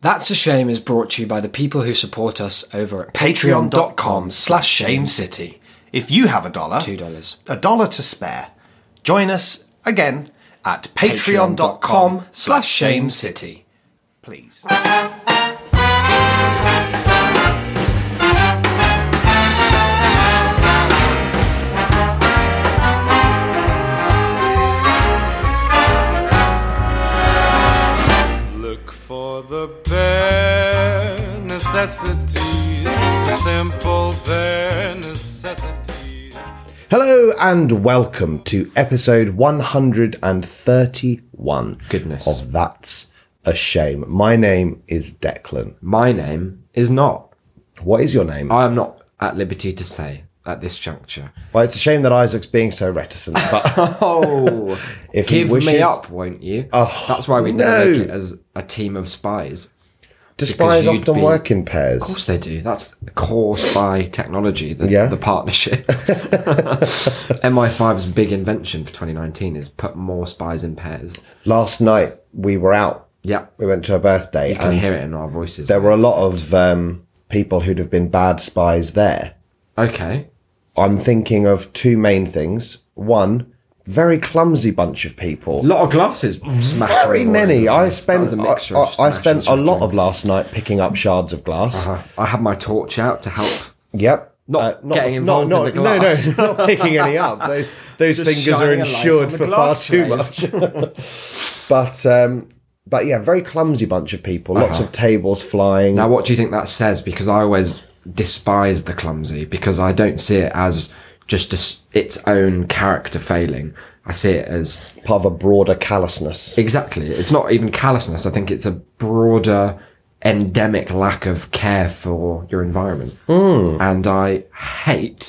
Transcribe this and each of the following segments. That's a Shame is brought to you by the people who support us over at patreon.com slash shame city. If you have a dollar, Two dollars. a dollar to spare, join us again at Patreon.com patreon.com slash shame shames, city. please. Look for the bare necessities, simple bare necessities. Hello and welcome to episode 131 Goodness. of That's a Shame. My name is Declan. My name is not. What is your name? I am not at liberty to say at this juncture. well, it's a shame that Isaac's being so reticent, but Oh, if give he wishes, me up, won't you? Oh, That's why we no. never make it as a team of spies. do spies you'd often be- work in pairs? Of course they do. That's caused by technology, the, Yeah. the partnership. MI5's big invention for 2019 is put more spies in pairs. Last night we were out. Yeah, We went to a birthday, you can and hear it in our voices. there were a lot of um, people who'd have been bad spies there. Okay. I'm thinking of two main things. One, very clumsy bunch of people. A lot of glasses very smattering. all over many. the I place. That spent was a a mixture I, of I- I smash spent a and lot shattering. of last night picking up shards of glass. Uh, I had my torch out to help. Yep. Uh, Not getting involved in the glass. No, no, not picking any up. Those those Just fingers are shining a light on insured the for far glass too rays. much. but um, but yeah, very clumsy bunch of people. Lots of tables flying. Uh-huh. Now, what do you think that says? Because I always despise the clumsy because I don't see it as just a s its own character failing. I see it as part of a broader callousness. exactly. It's not even callousness. I think it's a broader endemic lack of care for your environment. And I hate,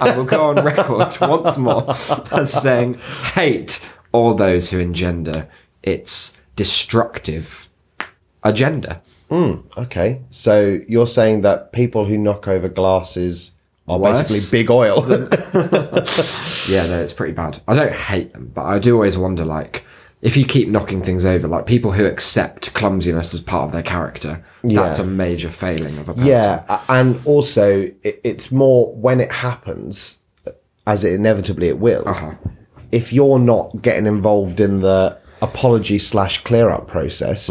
I will go on record once more as saying hate all those who engender its destructive agenda. Okay, so you're saying that people who knock over glasses are Worse basically big oil. Yeah, no, it's pretty bad. I don't hate them, but I do always wonder, like, if you keep knocking things over, like people who accept clumsiness as part of their character, that's a major failing of a person. Yeah, a- and also it, it's more when it happens, as it inevitably it will. Uh-huh. If you're not getting involved in the apology slash clear up process,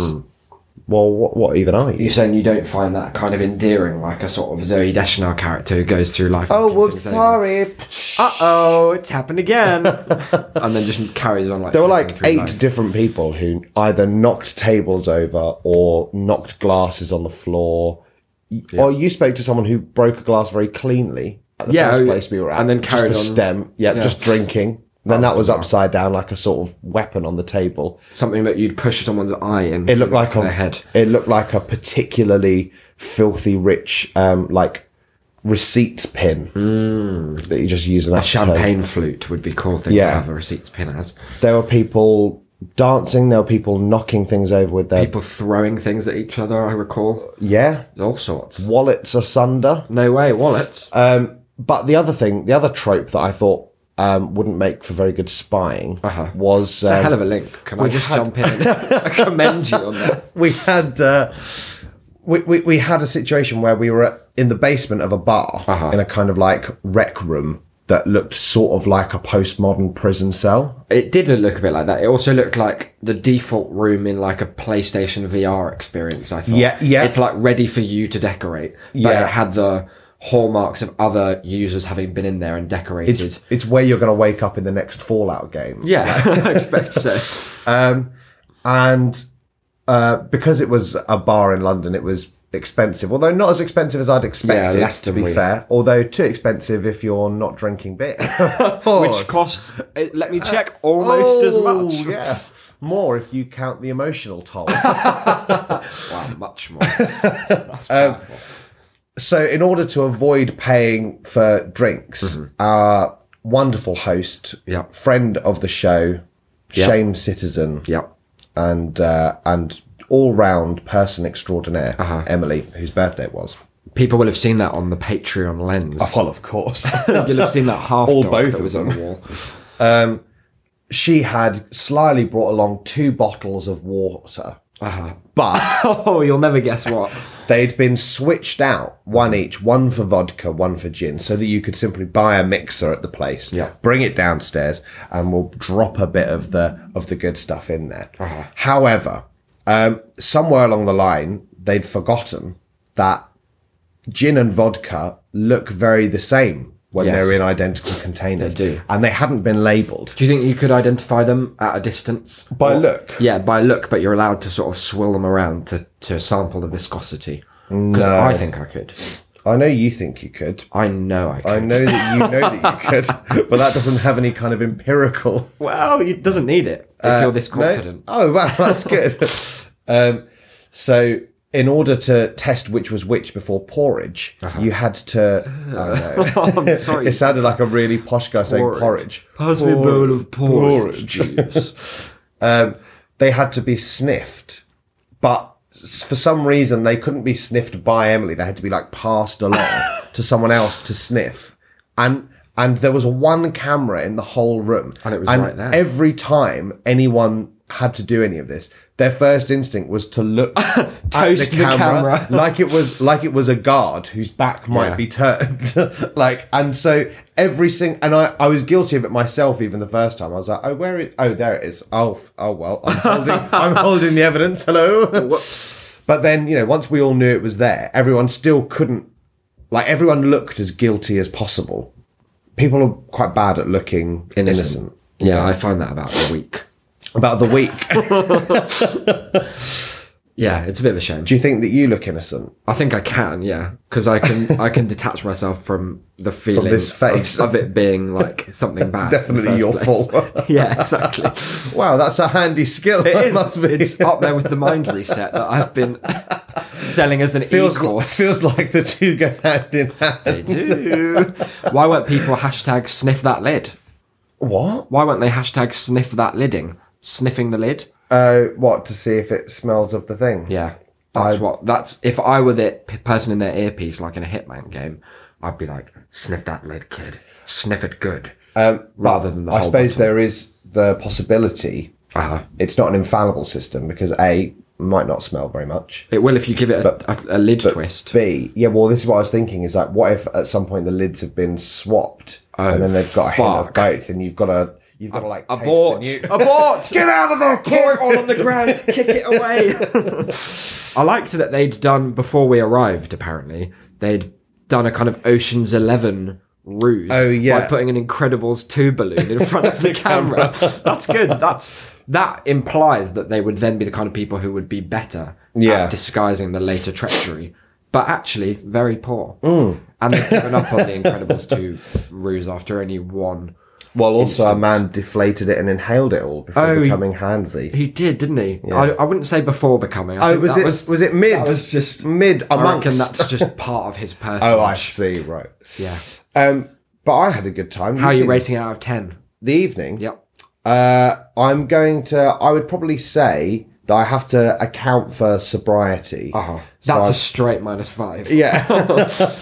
well, what, what even are you? You're saying you don't find that kind of endearing, like a sort of Zoe Deschanel character who goes through life. oh, well, sorry. Uh oh, it's happened again. and then just carries on like. There were floating like through eight life. different people who either knocked tables over or knocked glasses on the floor. Y- Or you spoke to someone who broke a glass very cleanly at the Yeah, first oh, place we were at, and then just carried the on. stem. Yeah, Yeah. Oh, just drinking. Then that was upside down like a sort of weapon on the table. Something that you'd push someone's eye in. It looked like a their head. It looked like a particularly filthy rich, um, like receipts pin that you just use an Mm. A champagne flute would be cool thing Yeah. to have a receipts pin as. There were people dancing. There were people knocking things over with their People throwing things at each other. I recall yeah all sorts. wallets asunder. No way, wallets. Uh, But the other thing, the other trope that I thought um, wouldn't make for very good spying Uh-huh. was it's a um, hell of a link. Can I just had- jump in? and commend you on that. we had uh, we, we we had a situation where we were in the basement of a bar Uh-huh. in a kind of like rec room that looked sort of like a postmodern prison cell. It did look a bit like that. It also looked like the default room in like a PlayStation VR experience. I thought. Yeah, yeah. It's like ready for you to decorate. But Yeah. it had the hallmarks of other users having been in there and decorated. It's, it's where you're going to wake up in the next Fallout game. yeah, I expect so. And uh, because it was a bar in London, it was expensive. Although not as expensive as I'd expected, less to than be we- fair. Although too expensive if you're not drinking beer. Which costs, eh, let me check, almost Uh, Oh, as much. Yeah. More if you count the emotional toll. Wow, much more. That's Um, powerful. so in order to avoid paying for drinks, our wonderful host, Mm-hmm. Yeah. friend of the show, Yeah. shame citizen, yeah. and uh, and all round person extraordinaire, Uh-huh. Emily, whose birthday it was. People will have seen that on the Patreon lens. Well, of course. You'll have seen that half Or dog both that of was on them. the wall. she had slyly brought along two bottles of water. Uh-huh. But Oh, you'll never guess what. they'd been switched out one each, one for vodka, one for gin, so that you could simply buy a mixer at the place, Yeah. bring it downstairs, and we'll drop a bit of the of the good stuff in there. Uh-huh. However, um, somewhere along the line, they'd forgotten that gin and vodka look very the same when Yes. they're in identical containers, They do. and they hadn't been labelled. Do you think you could identify them at a distance? By look. Yeah, by look, but you're allowed to sort of swirl them around to, to sample the viscosity. Because I think I could. I know you think you could. I know I could. I know that you know that you could, but that doesn't have any kind of empirical Well, it doesn't need it if you're this Uh, No? confident. Oh wow, that's good. um, so, in order to test which was which before porridge, you had to. Oh, no. I'm Uh-huh. sorry. it sounded like a really posh guy saying porridge. Pass me a bowl of porridge, Jeeves. Um, they had to be sniffed, but s- for some reason they couldn't be sniffed by Emily. They had to be like passed along to someone else to sniff, and. And there was one camera in the whole room, And it was right there. Every time anyone had to do any of this, their first instinct was to look Toast the camera. like it was like it was a guard whose back might Yeah. be turned like and so every single and I, I was guilty of it myself even the first time i was like oh where is oh there it is oh f- oh well i'm holding i'm holding the evidence hello whoops but then you know once we all knew it was there everyone still couldn't like everyone looked as guilty as possible people are quite bad at looking innocent. Yeah, I find that about a week. about the week Yeah, it's a bit of a shame. do you think that you look innocent I think I can, yeah, because I can I can detach myself from the feeling this face. Of, of it being like something bad. in the Definitely first your place. fault. yeah, exactly. wow that's a handy skill It that is. must be. It's up there with the mind reset that I've been selling as an feels e-course. feels like the two go hand in hand. They do. Why won't people hashtag sniff that lid? What? Why won't they hashtag sniff that lidding? Sniffing the lid? Uh, what to see if it smells of the thing? Yeah. That's I- what. That's if I were the p- person in their earpiece, like in a Hitman game, I'd be like, "Sniff that lid, kid. Sniff it good." Um, Rather than the I whole suppose there is the possibility. Uh-huh. It's not an infallible system because a might not smell very much. It will if you give it a, a, a lid twist. B, yeah. Well, this is what I was thinking. Is like, what if at some point the lids have been swapped Oh, and then they've got a hint of fuck. both, and you've got to you've got to like taste the Abort! new- Abort! Get out of there, kid! Pour it all on the ground. Kick it away. I liked that they'd done before we arrived. Apparently, they'd done a kind of Ocean's Eleven ruse Oh, yeah. by putting an Incredibles two balloon in front of the camera. That's good. That's that implies that they would then be the kind of people who would be better Yeah. at disguising the later treachery, but actually very poor. And they've given up on the Incredibles two ruse after only one. Well, also a Instance. man deflated it and inhaled it all before Oh, he- becoming handsy. He did, didn't he? I, I wouldn't say before becoming. I Oh, think was that it was, it mid? that was just- mid I amongst. reckon that's just part of his personage. oh, I see. Right. Yeah. Um, but I had a good time. How are you seen rating it out of 10? the evening? Yep. Uh, I'm going to. I would probably say that I have to account for sobriety. Oh, So That's I- a straight minus five. yeah.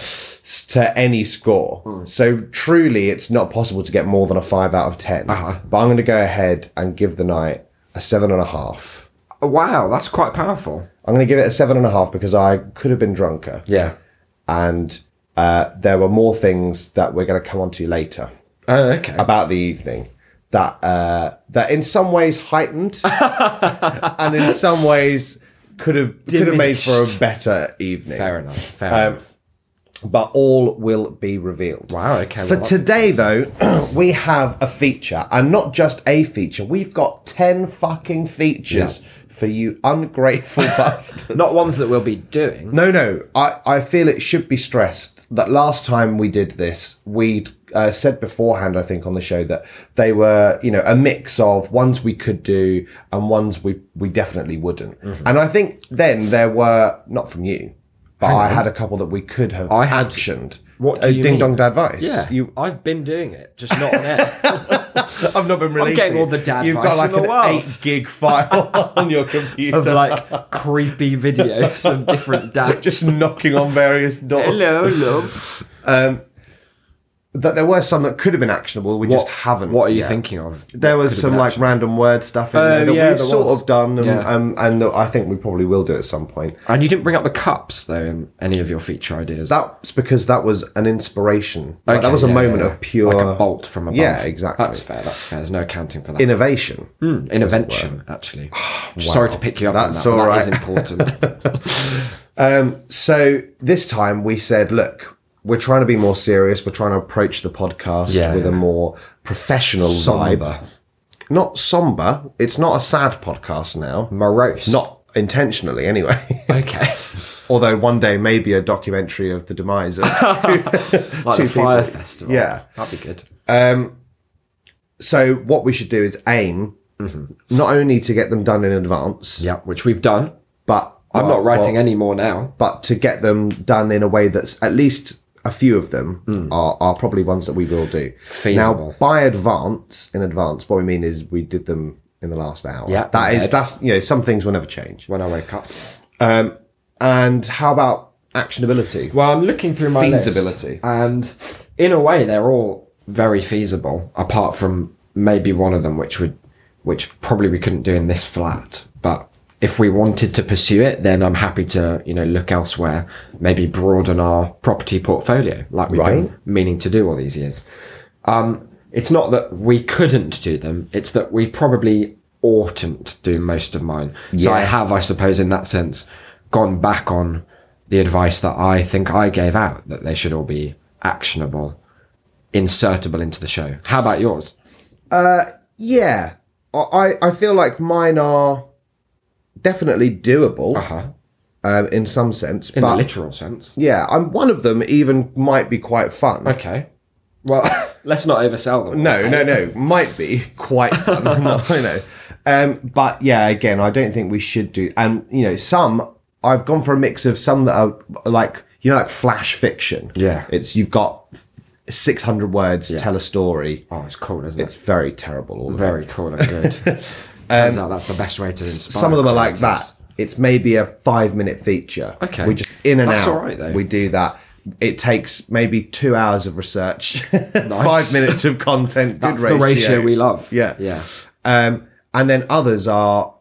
S- to any score. So truly, it's not possible to get more than a five out of 10 Uh-huh. But I'm going to go ahead and give the night a seven and a half. Wow, that's quite powerful. I'm going to give it a seven and a half because I could have been drunker. Yeah. and uh, there were more things that we're going to come onto later Oh, okay. about the evening that uh, that in some ways heightened and in some ways could have could have made for a Diminished. better evening. Fair enough. Fair um, enough. But all will be revealed. Wow, okay, well, For that's today, though, we have a feature, and not just a feature. We've got ten fucking features for you ungrateful bastards. Not ones that we'll be doing. No, no. I, I feel it should be stressed that last time we did this, we uh, said beforehand, I think, on the show that they were, you know, a mix of ones we could do and ones we, we definitely wouldn't. And I think then there were, not from you, but I had a couple that we could have I had- actioned. What do Uh, you Ding mean? dong dad advice. Yeah. You, I've been doing it, just not on air. I've not been releasing. all the dad You've got advice like in the an world. 8 gig file on your computer. of like creepy videos of different dads. just knocking on various doors. Hello, love. that there were some that could have been actionable. We just haven't. What are you yet. thinking of? There was some like random word stuff in Oh, there that yeah, we've there sort was. of done, and, Yeah. um, and that I think we probably will do at some point. And you didn't bring up the cups though in any of your feature ideas. That's because that was an inspiration. Like, that Okay, was a yeah, moment yeah. of pure like a bolt from above. Yeah, exactly. That's fair. That's fair. There's no accounting for that. innovation. Hmm, Intervention, actually. Sorry to pick you up. That's on that, but all That is important. So this time we said, look, we're trying to be more serious. We're trying to approach the podcast Yeah, with a yeah. more professional Somber. vibe. Not somber. It's not a sad podcast now. Hmm. Morose. Not intentionally, anyway. okay. Although one day maybe a documentary of the demise of Like Two the fire people. festival. Yeah. that'd be good. So what we should do is aim not only to get them done in advance, Mm-hmm. Yeah, which we've done. but I'm well, not writing well, any more now. but to get them done in a way that's at least a few of them are, are probably ones that we will do. Now Hmm. Feasible. by advance, in advance, what we mean is we did them in the last hour. Yeah, that in is bed. that's you know some things will never change. Um, When I wake up. And how about actionability? Well, I'm looking through my list, Feasibility. and in a way, they're all very feasible, apart from maybe one of them, which would, which probably we couldn't do in this flat. But if we wanted to pursue it, then I'm happy to, you know, look elsewhere, maybe broaden our property portfolio, like we've Right. been meaning to do all these years. Um, it's not that we couldn't do them; it's that we probably oughtn't do most of mine. So I have, I suppose, in that sense, gone back on the advice that I think I gave out that they should all be actionable, insertable into the show. How about yours? Yeah, I I I feel like mine are definitely doable Uh-huh. um, in some sense, In but the literal sense. yeah, I'm one of them. Even might be quite fun. Okay. Well, let's not oversell them. No, no, no. Might be quite fun. I know. Um, but yeah, again, I don't think we should do. And you know, some I've gone for a mix of some that are like you know, like flash fiction. Yeah. it's you've got six hundred words to tell a story. Oh, it's cool, isn't It's it? very terrible. All very. Very cool and good. Turns out that's the best way to inspire. Um, Some of them are like that. creatives. It's maybe a five minute feature. Okay. we just in and That's out. all right, though. We do that. It takes maybe two hours of research, five minutes of content. Good That's the ratio we love. Yeah, Yeah. Um, and then others are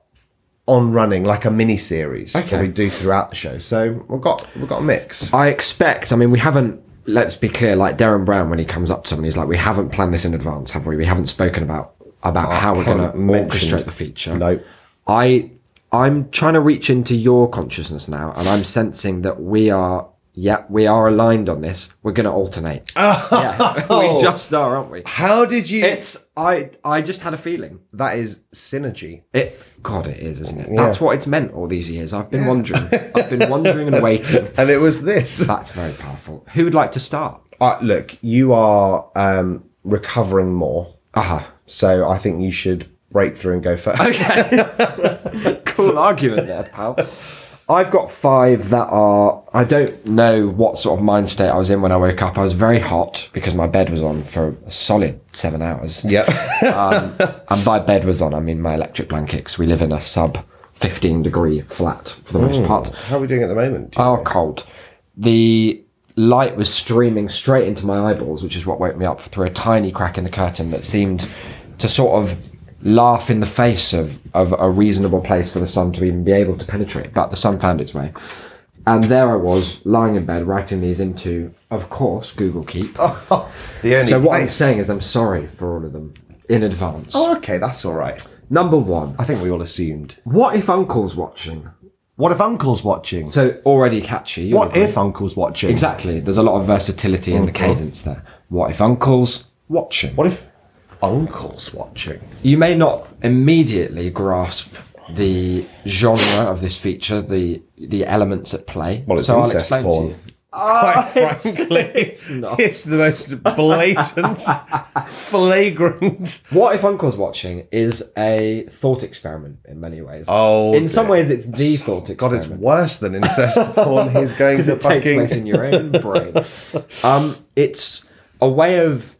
on running like a mini series that Okay. we do throughout the show. So we've got we've got a mix. I expect. I mean, we haven't. Let's be clear. Like Darren Brown, when he comes up to me, he's like, "We haven't planned this in advance, have we? We haven't spoken about about how we're going to haven't mentioned- orchestrate the feature." Nope. I I'm trying to reach into your consciousness now, and I'm sensing that we are. Yeah, we are aligned on this. We're going to alternate. yeah, Oh. we just are, aren't we? How did you? It's I. I just had a feeling. that is synergy. It God, it is, isn't it? That's what it's meant all these years. I've been wondering. I've been wondering and waiting. And it was this. That's very powerful. Who would like to start? Uh, look, you are um, recovering more, Uh-huh. so I think you should break through and go first. cool argument there, pal. I've got five that are. I don't know what sort of mind state I was in when I woke up. I was very hot because my bed was on for a solid seven hours. Yeah. And by bed was on, I mean my electric blanket 'cause we live in a sub 15 degree flat for the most part. How are we doing at the moment? Oh, cold. The light was streaming straight into my eyeballs, which is what woke me up through a tiny crack in the curtain that seemed to sort of laugh in the face of, of a reasonable place for the sun to even be able to penetrate. But the sun found its way. And there I was, lying in bed, writing these into, of course, Google Keep. Oh, the only Oh, so what I'm place. saying is I'm sorry for all of them in advance. Oh, okay, that's all right. Number one, I think we all assumed. what if Uncle's watching? What if Uncle's watching? So already catchy. you what agree. if Uncle's watching? Exactly. There's a lot of versatility in the Mm-hmm. cadence there. What if Uncle's watching? What if Uncle's watching? You may not immediately grasp the genre of this feature, the the elements at play. Well, it's so I'll incest explain porn. to you. Quite frankly, it's, not. the most blatant, flagrant. What if Uncle's watching is a thought experiment in many ways. Oh, in some dear. ways, it's the thought God, it's experiment. worse than incest porn. He's going because to it takes place fucking. in your own brain. Um, it's a way of.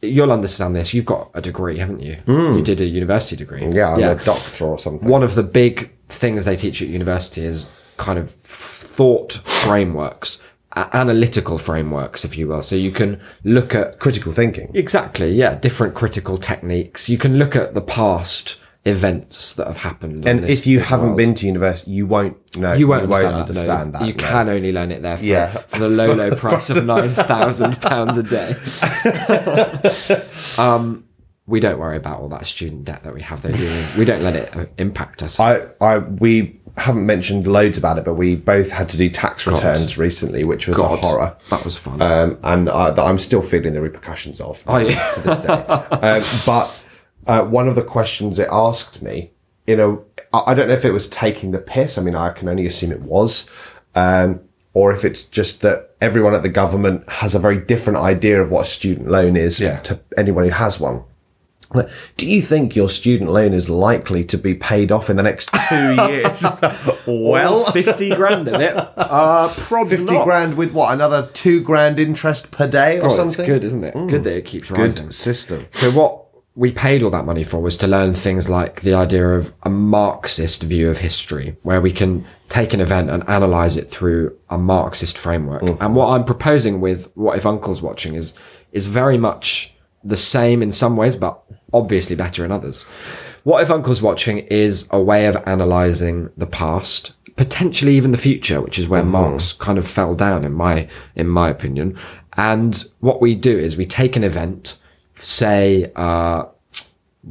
You'll understand this. You've got a degree, haven't you? You did a university degree. Hmm. Yeah, I'm a doctor or something. One of the big things they teach at university is kind of thought frameworks a- analytical frameworks, if you will. So you can look at Critical thinking. exactly, yeah, different critical techniques. You can look at the past events that have happened. in And this if you big haven't world. been to university, you won't know. You won't, understand, that. understand no. You no. can only learn it there for, Yeah. for the low, low price of nine thousand pounds a day. um, we don't worry about all that student debt that we have. Though do we? we don't let it uh, impact us. I, I, we haven't mentioned loads about it, but we both had to do tax returns recently, which was a God, horror. That was fun. um, and I, that I'm still feeling the repercussions of Oh, yeah. to this day. um, but uh, one of the questions it asked me, you know, I, I don't know if it was taking the piss. I mean, I can only assume it was, um, or if it's just that everyone at the government has a very different idea of what a student loan is Yeah. to anyone who has one. Like, Do you think your student loan is likely to be paid off in the next two years? well, fifty grand in it. Uh, probably 50 grand with what another two grand interest per day Oh, or it's something Mm. good, isn't it? Good that it keeps rising. good system So what we paid all that money for was to learn things like the idea of a Marxist view of history, where we can take an event and analyze it through a Marxist framework. And what I'm proposing with what if Uncle's watching is is very much the same in some ways, but obviously better in others. What if Uncle's watching is a way of analyzing the past, potentially even the future, which is where Marx kind of fell down in my in my opinion. And what we do is we take an event say uh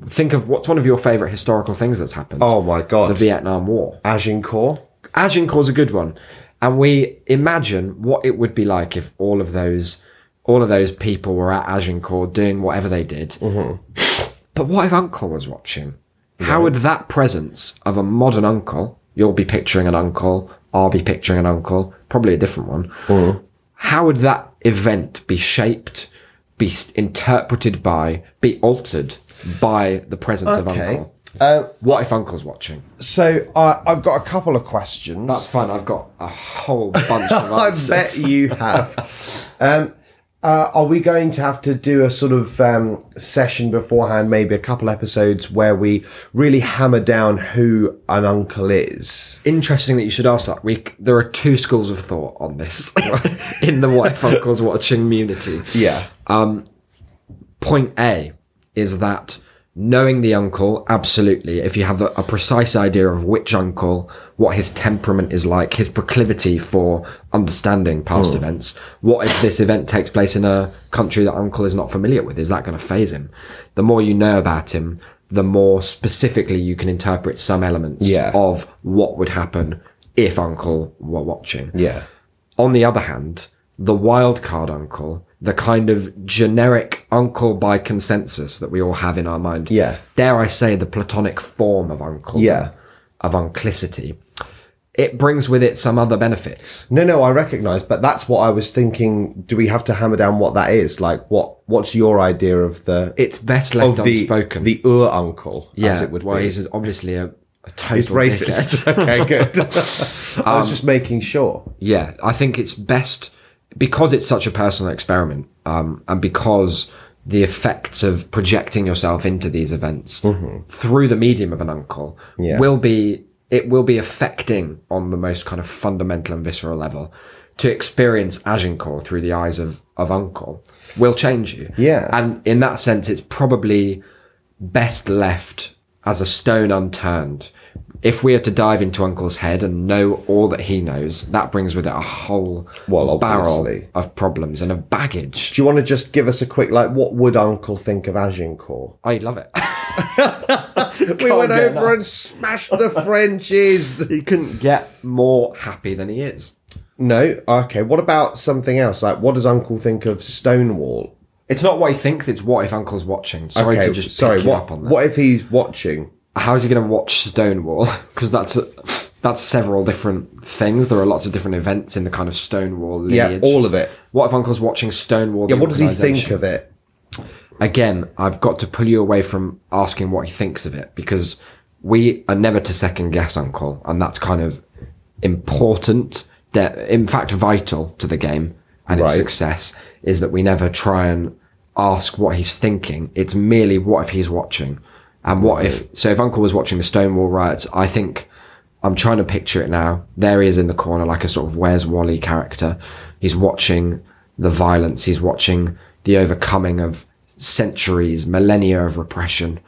think of what's one of your favorite historical things that's happened oh my god the vietnam war agincourt agincourt's a good one and we imagine what it would be like if all of those all of those people were at agincourt doing whatever they did but what if uncle was watching how would that presence of a modern uncle you'll be picturing an uncle i'll be picturing an uncle probably a different one how would that event be shaped, be s- interpreted by, be altered by the presence of Okay. Uh, Uncle? what if Uncle's watching? so I i've got a couple of questions That's fun. I've got a whole bunch of i answers. bet you have um uh, are we going to have to do a sort of um, session beforehand, maybe a couple episodes where we really hammer down who an uncle is? Interesting that you should ask that. We c- there are two schools of thought on this in the what if Uncle's watching community. Yeah. point A is that knowing the uncle, absolutely, if you have a, a precise idea of which uncle, what his temperament is like, his proclivity for understanding past events, what if this event takes place in a country that uncle is not familiar with? Is that going to phase him? The more you know about him, the more specifically you can interpret some elements Yeah. of what would happen if uncle were watching. Yeah. On the other hand, the wild card uncle, the kind of generic uncle by consensus that we all have in our mind. Yeah. Dare I say the platonic form of uncle. Yeah. Of unclicity. It brings with it some other benefits. No, no, I recognise, but that's what I was thinking. Do we have to hammer down what that is? Like, what what's your idea of the It's best of left the unspoken. the Ur uncle, yeah, as it would well, be. he's obviously a, a total He's dickhead. racist. okay, good. I was just making sure. yeah, I think it's best because it's such a personal experiment, um, and because the effects of projecting yourself into these events through the medium of an uncle Mm-hmm. Yeah. will be it will be affecting on the most kind of fundamental and visceral level. To experience Agincourt through the eyes of of uncle will change you. Yeah. and in that sense, it's probably best left as a stone unturned. If we are to dive into Uncle's head and know all that he knows, that brings with it a whole Well, barrel obviously. of problems and of baggage. Do you want to just give us a quick like? What would Uncle think of Agincourt? I love it. We went over and smashed the Frenchies. he couldn't get more happy than he is. No, okay. What about something else? Like, what does Uncle think of Stonewall? It's not what he thinks, it's what if Uncle's watching. Sorry okay, to just pick sorry. you What up on that. what if he's watching? How is he going to watch Stonewall? Because that's a, that's several different things. There are lots of different events in the kind of Stonewall lineage. Yeah, all of it. What if Uncle's watching Stonewall? Yeah, the what does he think organisation? of it? again, I've got to pull you away from asking what he thinks of it because we are never to second guess Uncle, and that's kind of important. That in fact vital to the game and its Right. success is that we never try and ask what he's thinking. It's merely what if he's watching, and what if so if Uncle was watching the Stonewall riots, I think I'm trying to picture it now. There he is in the corner, like a sort of Where's Wally character. He's watching the violence, he's watching the overcoming of centuries, millennia of repression.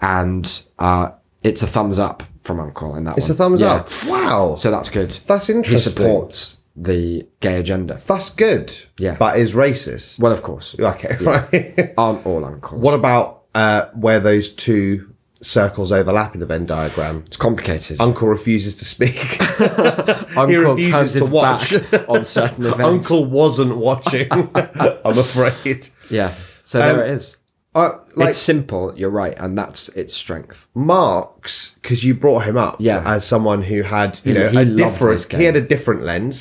And uh, it's a thumbs up from Uncle in that It's a thumbs up. Wow. So that's good. That's interesting. He supports the gay agenda. That's good. Yeah. But is racist. Well, of course. okay. right. Aren't all uncles. what about uh, where those two circles overlap in the Venn diagram? It's complicated. Uncle refuses to speak. Uncle refuses turns to his watch. back on certain events. Uncle wasn't watching. I'm afraid. Yeah. So there it is. Um, Uh, like it's simple. You're right, and that's its strength. Marx, because you brought him up Yeah. as someone who had you He- know he a loved different. this game. He had a different lens,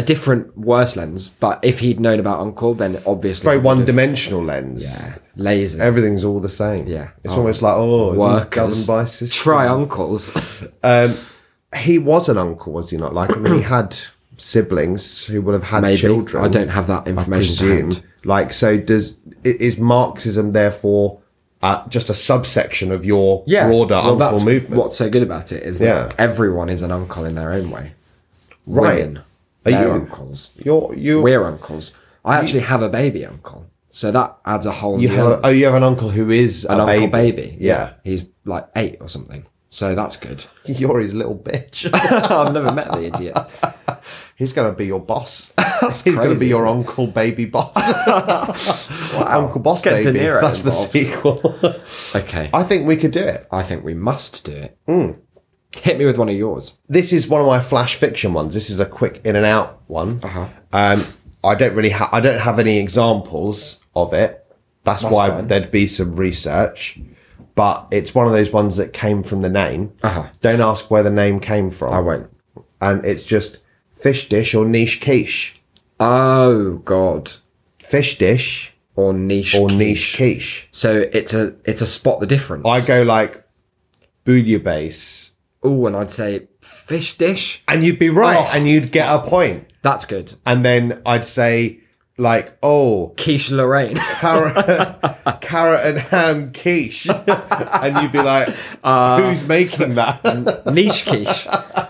A different, worse lens. But if he'd known about Uncle, then obviously very he would've- one-dimensional lens. Yeah. Lazy. Everything's all the same. Yeah. It's Oh. almost like oh, it's all governed workers. by system. Try uncles. he was an uncle, was he not? Like, I mean, he had siblings who will have had Maybe children. I don't have that information. to presume. hand. Like, so does i- is Marxism therefore uh, just a subsection of your broader well, uncle that's movement? What's so good about it is that Yeah. everyone is an uncle in their own way. Right. Women, Are they're you- uncles. You're, you We're uncles. I actually have a baby uncle, so that adds a whole. you new have element. oh you have an uncle who is an a uncle baby. Yeah. he's like eight or something. So that's good. You're his little bitch. I've never met the idiot. He's going to be your boss. He's going to crazy, be your isn't uncle baby boss. Uncle boss Get De baby. Niro That's the involved. sequel. Okay, I, Hmm. I think we could do it. think we must do it. Hit me with one of yours. this is one of my flash fiction ones. This is a quick in and out one. Uh-huh. Um, I don't really ha- I don't have any examples of it. That's, why fine. there'd be some research, but it's one of those ones that came from the name. Uh-huh. Don't ask where the name came from. I won't. And it's just fish dish or niche quiche. Oh God, Fish dish or niche or quiche. niche quiche. So it's a it's a spot the difference. I go like bouillabaisse, Oh, and I'd say fish dish. and you'd be right, Oh. and you'd get a point. That's good. And then I'd say like, oh, Quiche Lorraine. carrot, carrot and ham quiche, and you'd be like, "Who's making that?" niche quiche.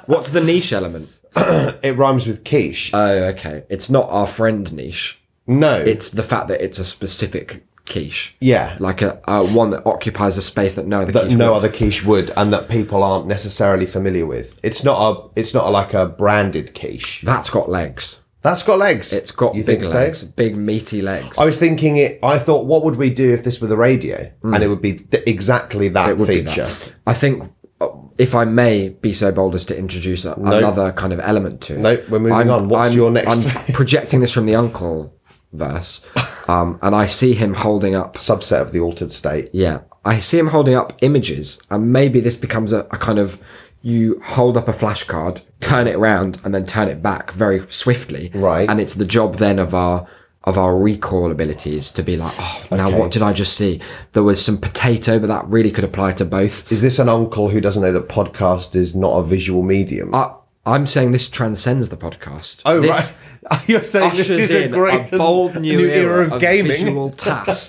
What's the niche element? it rhymes with quiche. Oh, okay. It's not our friend niche. no, It's the fact that it's a specific quiche. yeah, Like a, a one that occupies a space that no other that quiche no would. other quiche would, and that people aren't necessarily familiar with. It's not a, it's not like a branded quiche. That's got legs. That's got legs. It's got you big think legs. so? Big meaty legs. I was thinking it. I thought, what would we do if this were the radio? And it would be th- exactly that It would be feature. that. I think, uh, if I may be so bold as to introduce a, another kind of element to it. Nope, we're moving on. What's your next- I'm projecting this from the uncle verse, um, and I see him holding up Subset of the altered state. Yeah, I see him holding up images, and maybe this becomes a, a kind of you hold up a flashcard, turn it around, and then turn it back very swiftly. Right. and it's the job then of our of our recall abilities to be like, oh, now Okay. what did I just see? There was some potato, but that really could apply to both. Is this an uncle who doesn't know that podcast is not a visual medium? I, I'm saying this transcends the podcast. Oh This right, you're saying this ushers is a in great a bold new, era, of, gaming. Visual tasks.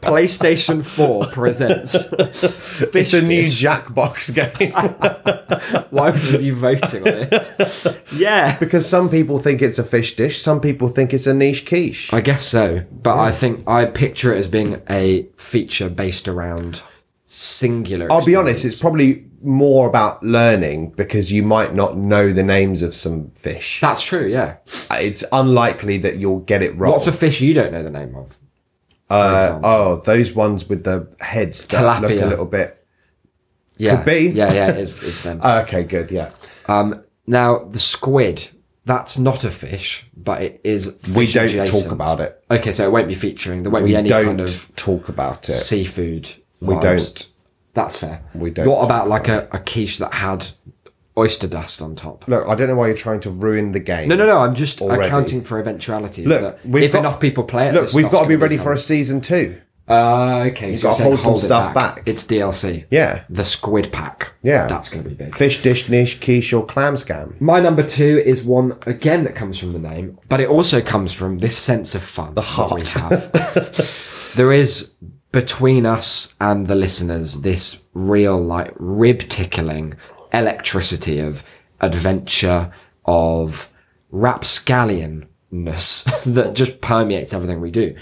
PlayStation 4 presents. It's a new Fish Jackbox game Why would you be voting on it? yeah. because some people think it's a fish dish, some people think it's a niche quiche. I guess so. But I think I picture it as being a feature based around singular. I'll be honest, it's probably more about learning because you might not know the names of some fish. That's true, yeah. It's unlikely that you'll get it wrong. Lots of fish you don't know the name of. For uh, example. oh, those ones with the heads that look a Tilapia. little bit. yeah. could be. Uh, Yeah, yeah, it's, it's them. Okay, good. Yeah, now, the squid, that's not a fish, but it is fish we don't adjacent. talk about it. Okay, so it won't be featuring. There won't We be any don't kind of talk about it. seafood. we vibes. don't. That's fair. We don't. What about like a, a quiche that had oyster dust on top? Look, I don't know why you're trying to ruin the game. No, no, no. I'm just Already. accounting for eventualities. Look, Look, we've if got- enough people play it, Look, this we've stuff's got to be gonna ready for a covered. season two. Uh, okay, you've gotta hold some stuff back. It's DLC. Yeah. the squid pack. Yeah. that's going to be big. Fish dish niche quiche or clam scam. My number two is one again that comes from the name, but it also comes from this sense of fun. The we have. there is between us and the listeners this real like rib tickling electricity of adventure, of rapscallionness that just permeates everything we do.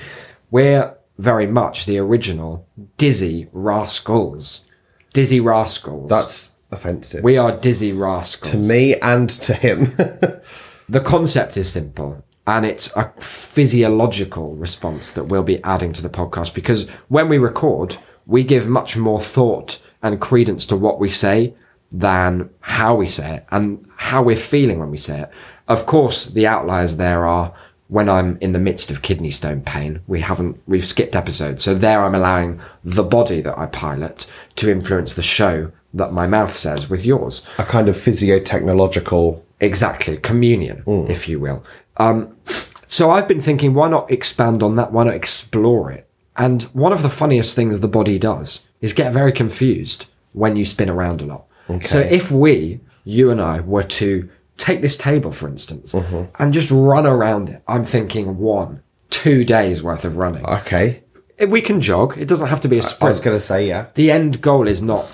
We're very much the original dizzy rascals. Dizzy rascals. That's offensive. we are dizzy rascals. to me and to him. The concept is simple and it's a physiological response that we'll be adding to the podcast because when we record, we give much more thought and credence to what we say than how we say it and how we're feeling when we say it. Of course, the outliers there are when I'm in the midst of kidney stone pain, we haven't, we've skipped episodes. So there I'm allowing the body that I pilot to influence the show that my mouth says with yours. a kind of physiotechnological. Exactly, communion, Mm. if you will. Um, so I've been thinking, why not expand on that? Why not explore it? And one of the funniest things the body does is get very confused when you spin around a lot. So if we, you and I, were to take this table, for instance, Mm-hmm. and just run around it, I'm thinking one, two days worth of running. Uh, Okay. we can jog. It doesn't have to be a I sprint was going to say, yeah. the end goal is not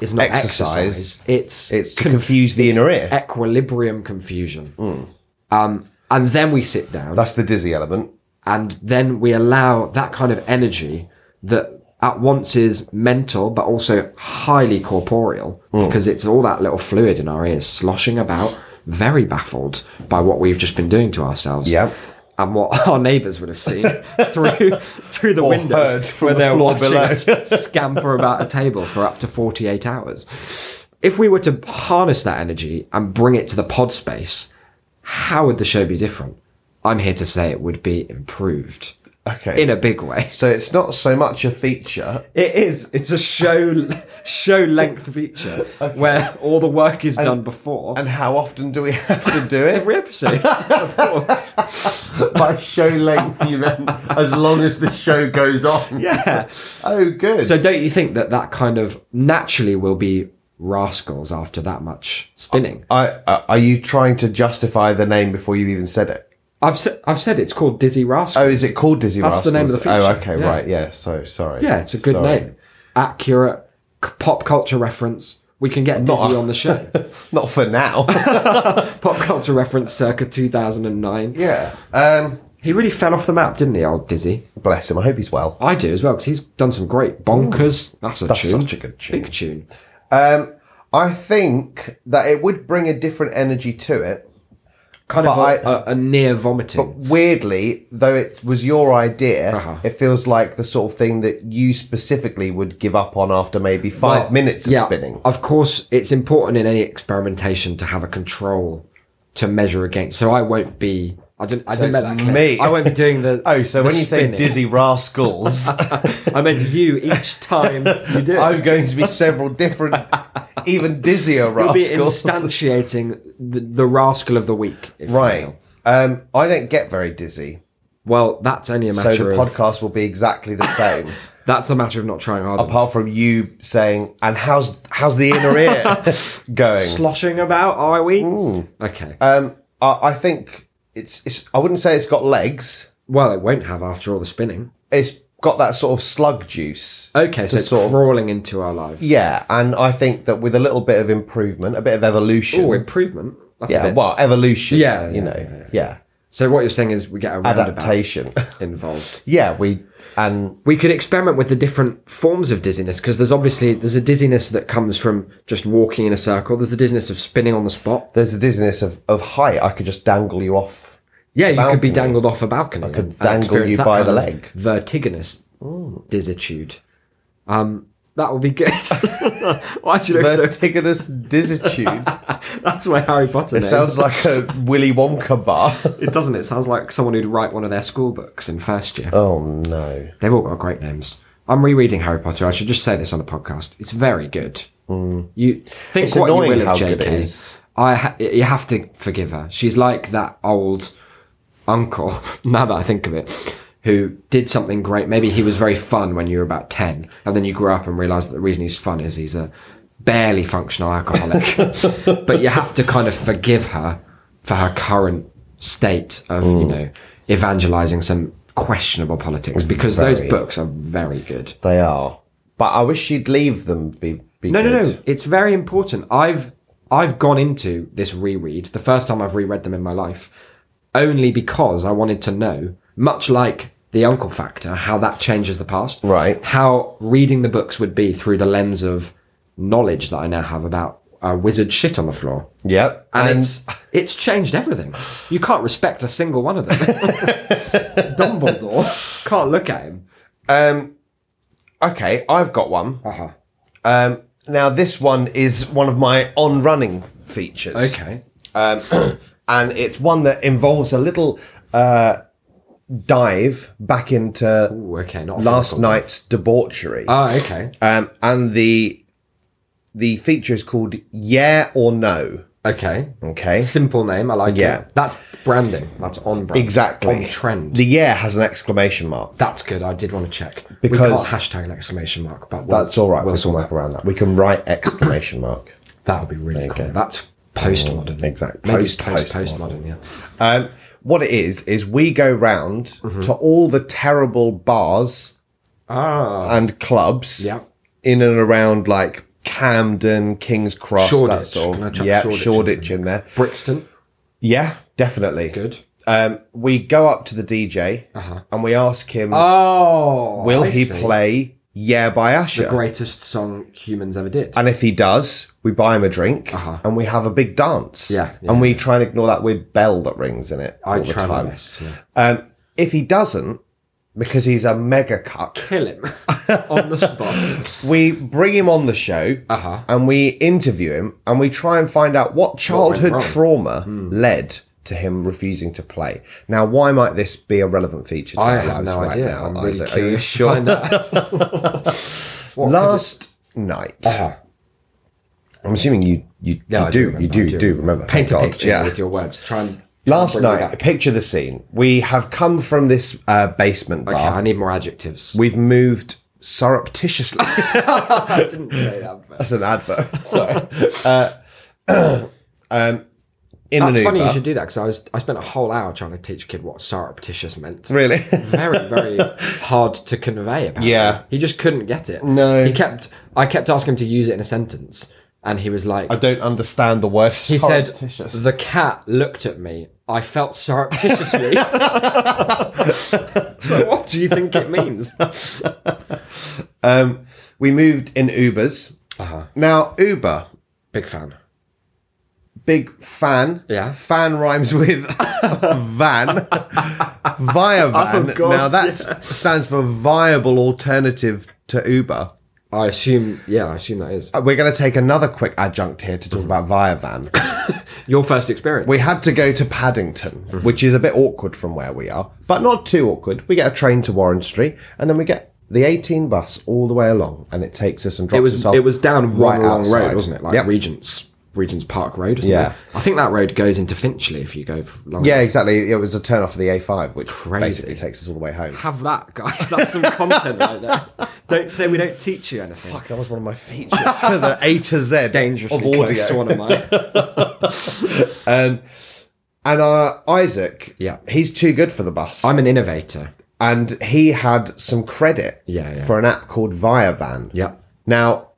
is not Exercise. exercise. It's It's to confuse the it's inner ear. Equilibrium confusion. Hmm. Um, and then we sit down, That's the dizzy element. and then we allow that kind of energy that at once is mental but also highly corporeal Hmm. because it's all that little fluid in our ears sloshing about, very baffled by what we've just been doing to ourselves. Yep. And what our neighbours would have seen through through the windows heard from where the they're floor watching below. us scamper about a table for up to 48 hours. If we were to harness that energy and bring it to the pod space, how would the show be different? I'm here to say it would be improved Okay. in a big way. so it's not so much a feature It is. It's a show show length feature where all the work is done before And how often do we have to do it? every episode. of course. By show length, you meant as long as the show goes on. Yeah. Oh, good. So don't you think that that kind of naturally will be rascals after that much spinning? I, uh, are you trying to justify the name before you've even said it? I've said I've said it's called Dizzy Rascals. Oh, is it called Dizzy That's the Rascals? name of the Oh, feature, okay, yeah. right. Yeah. So sorry. Yeah, it's a good Sorry. name. Accurate c- pop culture reference. We can get Not Dizzy a- on the show. Not for now. pop culture reference circa 2009. yeah. Um, He really fell off the map, didn't he, old Dizzy? bless him. I hope he's well. I do as well because he's done some great bonkers. That's a That's tune. such a good tune. Big tune. Um, I think that it would bring a different energy to it. Kind of But a, a- a near vomiting. Weirdly, though it was your idea, Uh-huh. it feels like the sort of thing that you specifically would give up on after maybe five Well, minutes of spinning. Of course, it's important in any experimentation to have a control to measure against. So I won't be. I didn't. I didn't it's make that clear. me. I won't be doing the. Oh, so the when you spinning. say dizzy rascals, I meant you each time you do. it. I'm going to be several different, even dizzier You'll be rascals. instantiating the, the rascal of the week. If you right. will. Um, I don't get very dizzy, Well, that's only a so matter the of. podcast will be exactly the same. That's a matter of not trying hard. enough. apart from you saying, "And how's how's the inner ear going?" Sloshing about, are we? Okay. Um, I, I think it's, it's. I wouldn't say it's got legs. well, it won't have after all the spinning. It's got that sort of slug juice. Okay, so it's sort of- crawling into our lives. Yeah, and I think that with a little bit of improvement, a bit of evolution. Oh, improvement. That's a yeah, bit- well, evolution. Yeah, you yeah, know, yeah, yeah, yeah. So what you're saying is we get a roundabout adaptation. involved. yeah, we and We could experiment with the different forms of dizziness because there's obviously there's a dizziness that comes from just walking in a circle. There's a dizziness of spinning on the spot. there's the dizziness of of height. I could just dangle you off. Yeah, you could be Balcony. dangled off a balcony. uh, I could dangle you by the leg. Mm. Vertiginous dizzitude. Um, that would be good. Why do you look so? Vertiginous dizzitude. That's my Harry Potter It name. sounds like a Willy Wonka bar. It doesn't. It sounds like someone who'd write one of their school books in first year. oh no. They've all got great names. I'm rereading Harry Potter. I should just say this on the podcast. It's very good. You think Mm. It's what you annoying will of how good JK. it is. I ha- you have to forgive her. She's like that old uncle. Now that I think of it, who did something great. Maybe he was very fun when you were about ten, and then you grew up and realised that the reason he's fun is he's a barely functional alcoholic. but you have to kind of forgive her for her current state of you know evangelising some questionable politics because those Very. books are very good. They are. But I wish she'd leave them be be No, good. no, no. It's very important. I've I've gone into this reread the first time I've reread them in my life, only because I wanted to know, much like the uncle factor, how that changes the past. Right. How reading the books would be through the lens of knowledge that I now have about uh, wizard shit on the floor. Yep. And, And, it's it's changed everything. You can't respect a single one of them. Dumbledore can't look at him. okay, I've got one. Uh-huh. Um, now this one is one of my on running features. Okay. Um, and it's one that involves a little uh, dive back into Ooh, okay. Not a last physical- night's debauchery. Ah, okay. Um, and the the feature is called Yeah or No. Okay. Okay. Simple name. I like Yeah. it. That's branding. That's on brand. Exactly. On trend. The yeah has an exclamation mark. that's good. I did want to check. Because- we can't hashtag an exclamation mark, but we'll- That's all right. We'll we can sort work around that. We can write exclamation mark. that. That would be really cool. go. That's postmodern. exact- Maybe post- post, post, postmodern. postmodern, yeah. Um, what it is is we go round Mm-hmm. to all the terrible bars Ah. and clubs Yeah. in and around like Camden, King's Cross, that Shoreditch. sort Can I of chuck yeah, Shoreditch Shoreditch, into the in there. Brixton. Yeah, definitely. Good. Um, we go up to the DJ and we ask him, Oh. will I he see. play Yeah by Usher? Greatest song humans ever did. and if he does, we buy him a drink and we have a big dance. Uh-huh. Yeah, yeah, and we try and ignore that weird bell that rings in it all I the try my time. best. yeah. Um, if he doesn't, because he's a mega cuck, Kill him on the spot. we bring him on the show Uh-huh. and we interview him and we try and find out what childhood wrong. Hmm. trauma led to him refusing to play. Now, why might this be a relevant feature to I our have lives no right idea. now, I'm really Isaac? curious Are you to sure? find out. What could it- Last night, Ah, I'm assuming you you, Yeah, you I do, remember, you I do, you do remember. Paint thank a God. picture with your words. Try and Last bring me night, back. picture the scene. We have come from this uh, basement Okay, bar. I need more adjectives. We've moved surreptitiously. I didn't say that. But. That's an advert. Sorry. Uh, um, in That's an funny Uber. you should do that because I was I spent a whole hour trying to teach a kid what surreptitious meant. Really? very very hard to convey. Apparently. Yeah. he just couldn't get it. No. he kept. I kept asking him to use it in a sentence, and he was like, I don't understand the word. He said, surreptitious. "The cat looked at me. I felt surreptitiously." so, what do you think it means? um, "We moved in Ubers. Uh-huh. Now Uber, Big fan. big fan. Yeah. fan rhymes with van. Via van. Oh, God, now that stands for viable alternative to Uber. I assume. Yeah, I assume that is Uh, We're going to take another quick adjunct here to Mm-hmm. talk about Via van. your first experience. We had to go to Paddington, Mm-hmm. which is a bit awkward from where we are, but not too awkward. We get a train to Warren Street, and then we get the 18 bus all the way along, and it takes us and drops it was us off. it was down one right long outside. road, wasn't it? Like Yep. Regent's Regent's Park Road. Isn't Yeah. it? I think that road goes into Finchley if you go f- long. Yeah, exactly. It was a turn off of the A5, which Crazy. basically takes us all the way home. Have that, guys. That's some content right there. Don't say we don't teach you anything. Fuck, that was one of my features for the A to Z Dangerously of audio. close to one of mine. Um, And uh, Isaac, Yeah. he's too good for the bus. I'm an innovator. and he had some credit Yeah, yeah. for an app called Viavan. Yeah. Now,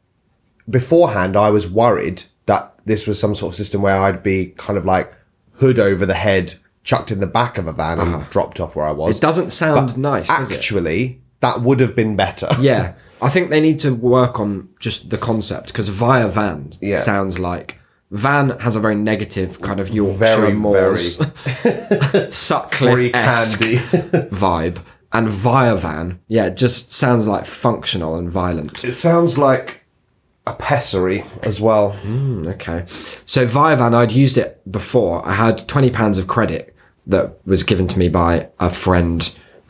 beforehand, I was worried that this was some sort of system where I'd be kind of like hood over the head, chucked in the back of a van, and dropped off where I was. Uh-huh. It doesn't sound nice, does it? Actually, that would have been better. Yeah, I think they need to work on just the concept because via van Yeah. sounds like van has a very negative kind of Yorkshire Very, Moors, very free Sutcliffe candy. vibe, and via van, yeah, it just sounds like functional and violent. it sounds like a pessary as well. Mm, okay, so via van, I'd used it before. I had twenty pounds of credit that was given to me by a friend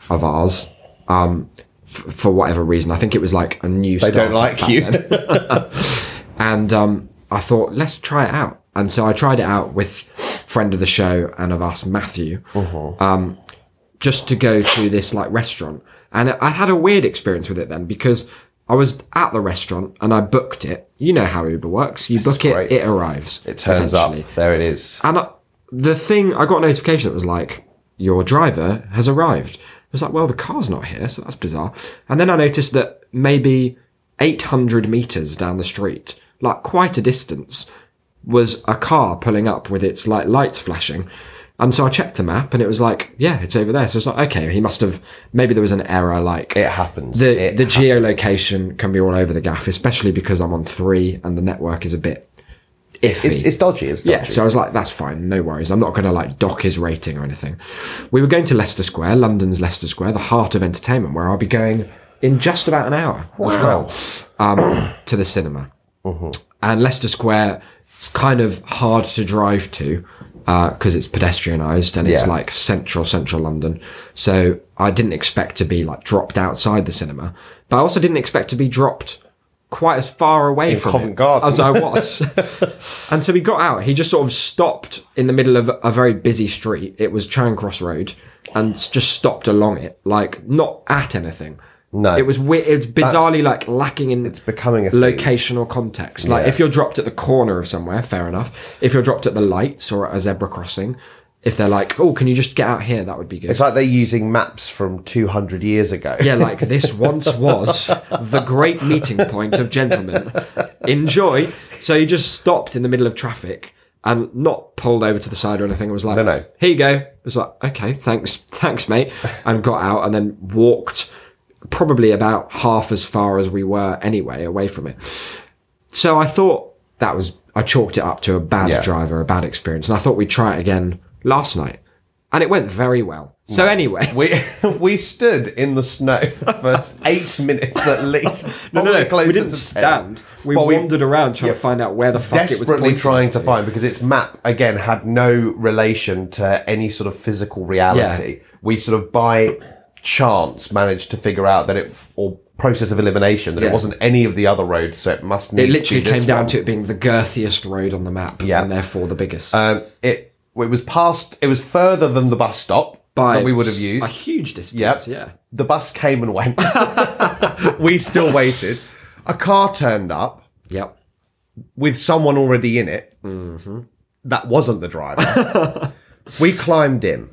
of ours. Um, f- for whatever reason, I think it was like a new. They don't like you. and um, I thought, let's try it out. And so I tried it out with friend of the show and of us, Matthew, Mm-hmm. um, just to go through this like restaurant. And I had a weird experience with it then because I was at the restaurant and I booked it. You know how Uber works. You book great. it, it arrives. it turns eventually. up. There it is. And I, the thing, I got a notification that was like, your driver has arrived. I was like, well, the car's not here, so that's bizarre. And then I noticed that maybe 800 meters down the street, like quite a distance, was a car pulling up with its like lights flashing. And so I checked the map and it was like, yeah, it's over there. So it's like, okay, he must have, maybe there was an error. Like It happens. The, It the geolocation can be all over the gaff, especially because I'm on three and the network is a bit iffy. It's, it's dodgy. It's dodgy. Yeah, so I was like, that's fine, no worries. I'm not going to like dock his rating or anything. We were going to Leicester Square, London's Leicester Square, the heart of entertainment, where I'll be going in just about an hour as well um, to the cinema. Mm-hmm. And Leicester Square is kind of hard to drive to because it's pedestrianised and it's Yeah. like central, central London. So I didn't expect to be like dropped outside the cinema, but I also didn't expect to be dropped quite as far away from Covent it Garden. as I was. and so he got out. He just sort of stopped in the middle of a very busy street. It was Charing Cross Road, and s- just stopped along it, like not at anything. No. it was weird. It was bizarrely like lacking in it's becoming a thing. locational context. Like Yeah. if you're dropped at the corner of somewhere, fair enough. If you're dropped at the lights or at a zebra crossing, if they're like, "Oh, can you just get out here?" That would be good. It's like they're using maps from 200 years ago. yeah, like this once was the great meeting point of gentlemen. Enjoy. So he just stopped in the middle of traffic and not pulled over to the side or anything. It was like, No, no. here you go. It was like, okay, thanks, thanks, mate. And got out and then walked probably about half as far as we were anyway away from it. So I thought that was, I chalked it up to a bad Yeah. driver, a bad experience. And I thought we'd try it again last night. And it went very well. So anyway. We, we stood in the snow for eight minutes at least. No, no, Probably no. closer We didn't to 10. stand. We Well, wandered around trying yeah. to find out where the fuck it was. desperately pointing trying us to find because its map again had no relation to any sort of physical reality. We sort of by chance managed to figure out that it or process of elimination that it Yeah. wasn't any of the other roads, so it must. Need It literally to be this came down one. to it being the girthiest road on the map, Yeah. and therefore the biggest. um, it. It was past. It was further than the bus stop By that we would have a used. huge distance. Yep. Yeah, The bus came and went. we still waited. A car turned up. yep. with someone already in it. Mm-hmm. That wasn't the driver. we climbed in.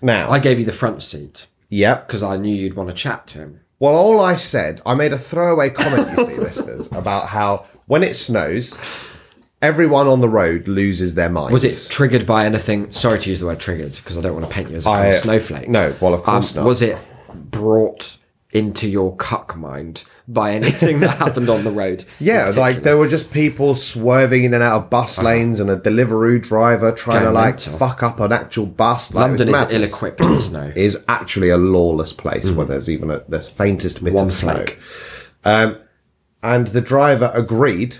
now, I gave you the front seat yep. because I knew you'd want to chat to him. Well, all I said, I made a throwaway comment, you see, listeners, about how when it snows, everyone on the road loses their minds. Was it triggered by anything? Sorry to use the word triggered because I don't want to paint you as a kind of I- snowflake. Um, no, well, of course not. Was it brought into your cuck mind by anything that happened on the road? in Yeah, like particular? there were just people swerving in and out of bus lanes and a Deliveroo driver trying Going to like Uh-huh. mental. fuck up an actual bus. Like, it was London is madness. ill-equipped for snow. is actually a lawless place where there's even a, the faintest bit One of snow. flake. Um, and the driver agreed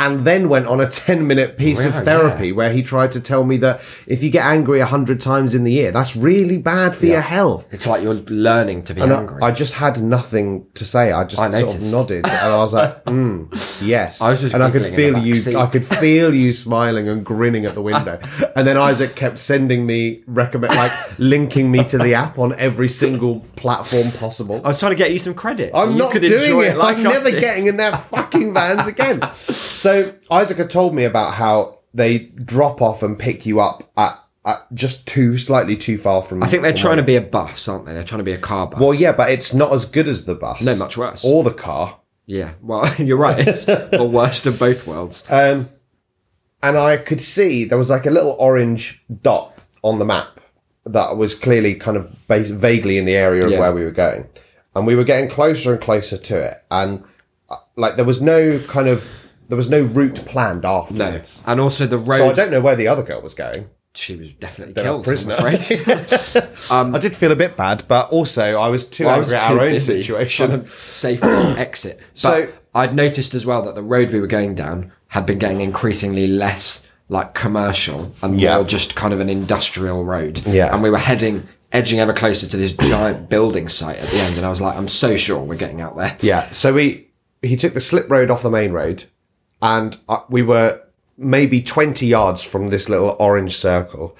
and then went on a 10 minute piece Wow, of therapy where he tried to tell me that if you get angry 100 times in the year, that's really bad for your health. It's like you're learning to be And I- angry. I just had nothing to say. I just I sort of noticed. nodded, and I was like, mm, "Yes." I was just and I could giggling in feel the you. back seat. I could feel you smiling and grinning at the window. and then Isaac kept sending me recommend, like linking me to the app on every single platform possible. I was trying to get you some credit. so I'm you not could doing enjoy it. like I'm never did. getting in their fucking vans again. So Isaac had told me about how they drop off and pick you up at, at just too slightly too far from. I think they're trying to be a bus, aren't they? They're trying to be a car bus. Well, yeah, but it's not as good as the bus. No, much worse. Or the car. yeah. Well, you're right. It's the worst of both worlds. Um, and I could see there was like a little orange dot on the map that was clearly kind of bas vaguely in the area of Yeah. where we were going. And we were getting closer and closer to it. And uh, like there was no kind of, there was no route planned No. afterwards. And also the So I road. don't know where the other girl was going. she was definitely They're a killed. prisoner. I'm afraid. I did feel a bit bad, but also I was too Um, I was angry at too our own busy situation. trying to safely exit. But So- I'd noticed as well that the road we were going down had been getting increasingly less like commercial and Yeah. more just kind of an industrial road. Yeah. And we were heading edging ever closer to this giant building site at the end and I was like, I'm so sure we're getting out there. Yeah. So we he took the slip road off the main road, and uh, we were maybe twenty yards from this little orange circle,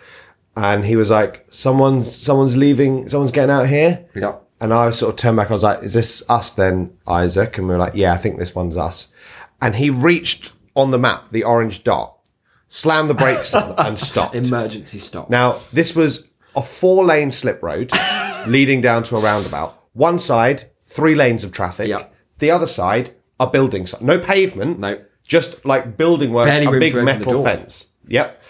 and he was like, "Someone's someone's leaving. Someone's getting out here." Yeah. And I sort of turned back. I was like, "Is this us then, Isaac?" And we were like, "Yeah, I think this one's us." And he reached on the map the orange dot, slammed the brakes on, and stopped. Emergency stop. Now, this was a four lane slip road leading down to a roundabout. One side, three lanes of traffic. Yeah. The other side are buildings. No pavement. No. Just like building works, Barely a room big to open the metal door. fence. Yep.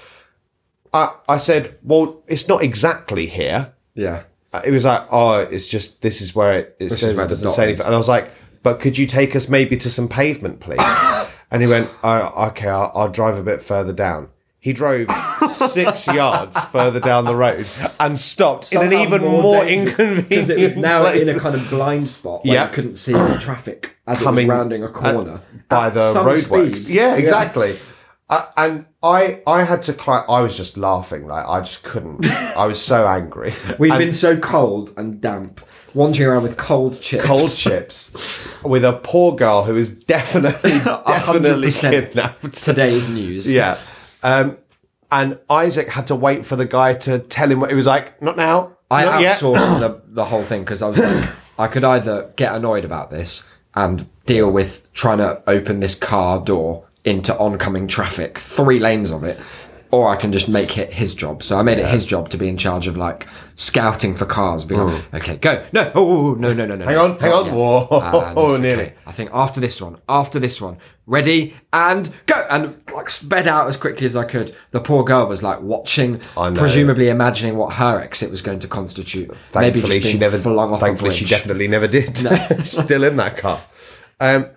I, I said, well, it's not exactly here. Yeah. Uh, It was like, oh, it's just, this is where it, it says where the it doesn't dot say is. anything. And I was like, but could you take us maybe to some pavement, please? and he went, oh, okay, I'll, I'll drive a bit further down. He drove six yards further down the road and stopped in an Somehow even more, dangerous, inconvenient because it was now place. in a kind of blind spot where Yeah. you couldn't see any traffic as coming it was rounding a corner at- by At the some roadworks. speed. Yeah, exactly. Uh, and I, I had to climb. I was just laughing, like I just couldn't. I was so angry. We'd been so cold and damp, wandering around with cold chips. Cold chips with a poor girl who is definitely, definitely 100% kidnapped. Today's news. Yeah. Um, and Isaac had to wait for the guy to tell him. What, he was like, "Not now. I not yet." outsourced the, the whole thing because I was like, I could either get annoyed about this and deal with trying to open this car door into oncoming traffic, three lanes of it, or I can just make it his job. So I made it his job to be in charge of like scouting for cars, being like, okay, go, no, oh, no, no, no, no. Hmm. Hang no, on, not hang on. yet." Whoa, Oh, And, nearly. okay, I think after this one, after this one, ready and go, and like sped out as quickly as I could. The poor girl was like watching, I know. presumably imagining what her exit was going to constitute. Maybe Thankfully, just she being never. flung off a Thankfully, she bridge. definitely never did. She's Still in that car, um,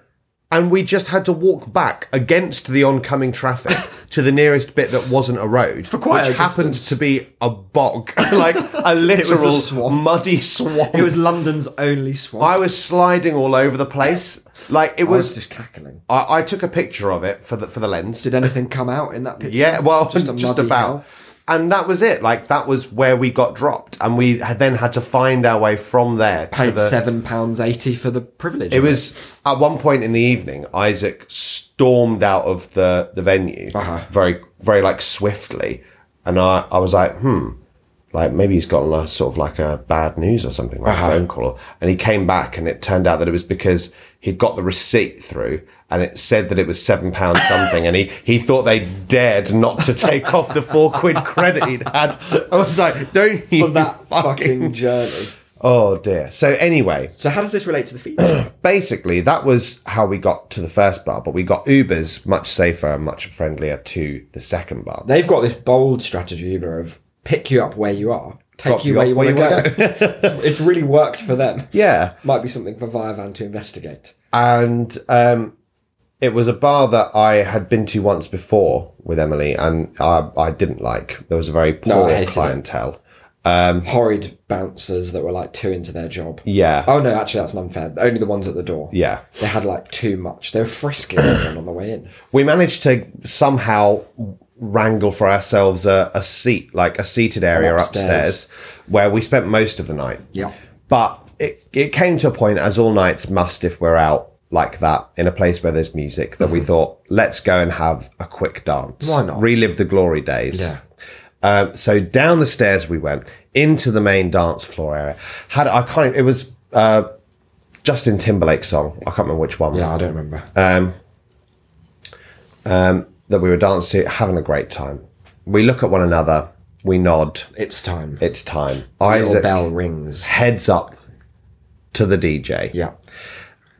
and we just had to walk back against the oncoming traffic to the nearest bit that wasn't a road, For quite which a happened distance. to be a bog, like a a literal swamp. muddy swamp. It was London's only swamp. I was sliding all over the place. Like it I was was. just cackling. I, I took a picture of it for the for the lens. Did anything come out in that picture? Yeah, well, just, a muddy about. hell. And that was it. Like that was where we got dropped, and we had then had to find our way from there to Paid the. seven pounds eighty for the privilege. It was at one point in the evening. Isaac stormed out of the the venue Uh-huh. very very like swiftly, and I I was like hmm. Like maybe he's gotten like sort of like a bad news or something, like Uh-huh. a phone call. And he came back, and it turned out that it was because he'd got the receipt through, and it said that it was seven pounds something, and he he thought they dared not to take off the four quid credit he'd had. I was like, don't you for that fucking journey. Oh dear. So anyway, So how does this relate to the feature? basically that was how we got to the first bar but we got ubers much safer and much friendlier to the second bar They've got this bold strategy Uber of pick you up where you are, take Drop you you where off you want where to go. it's really worked for them. yeah Might be something for Viavan to investigate. and um it was a bar that I had been to once before with Emily, and I, I didn't like. There was a very No, I poor hated it. clientele. Horrid bouncers that were like too into their job. Yeah, Oh no, actually that's an unfair. Only the ones at the door. yeah. They had like too much. They were frisking everyone on the way in. We managed to somehow wrangle for ourselves a, a seat, like a seated area Upstairs. upstairs, where we spent most of the night. Yeah. But it, it came to a point, as all nights must, if we're out like that in a place where there's music, that we thought, let's go and have a quick dance. Mm-hmm. Why not? Relive the glory days. Yeah. Um, so down the stairs we went into the main dance floor area. Had I can't. It was uh, Justin Timberlake song. I can't remember which one Um, Yeah, I don't remember. Uh, that we were dancing, to, having a great time. We look at one another. We nod. it's time. It's time. Little Isaac bell rings. heads up to the DJ. Yeah.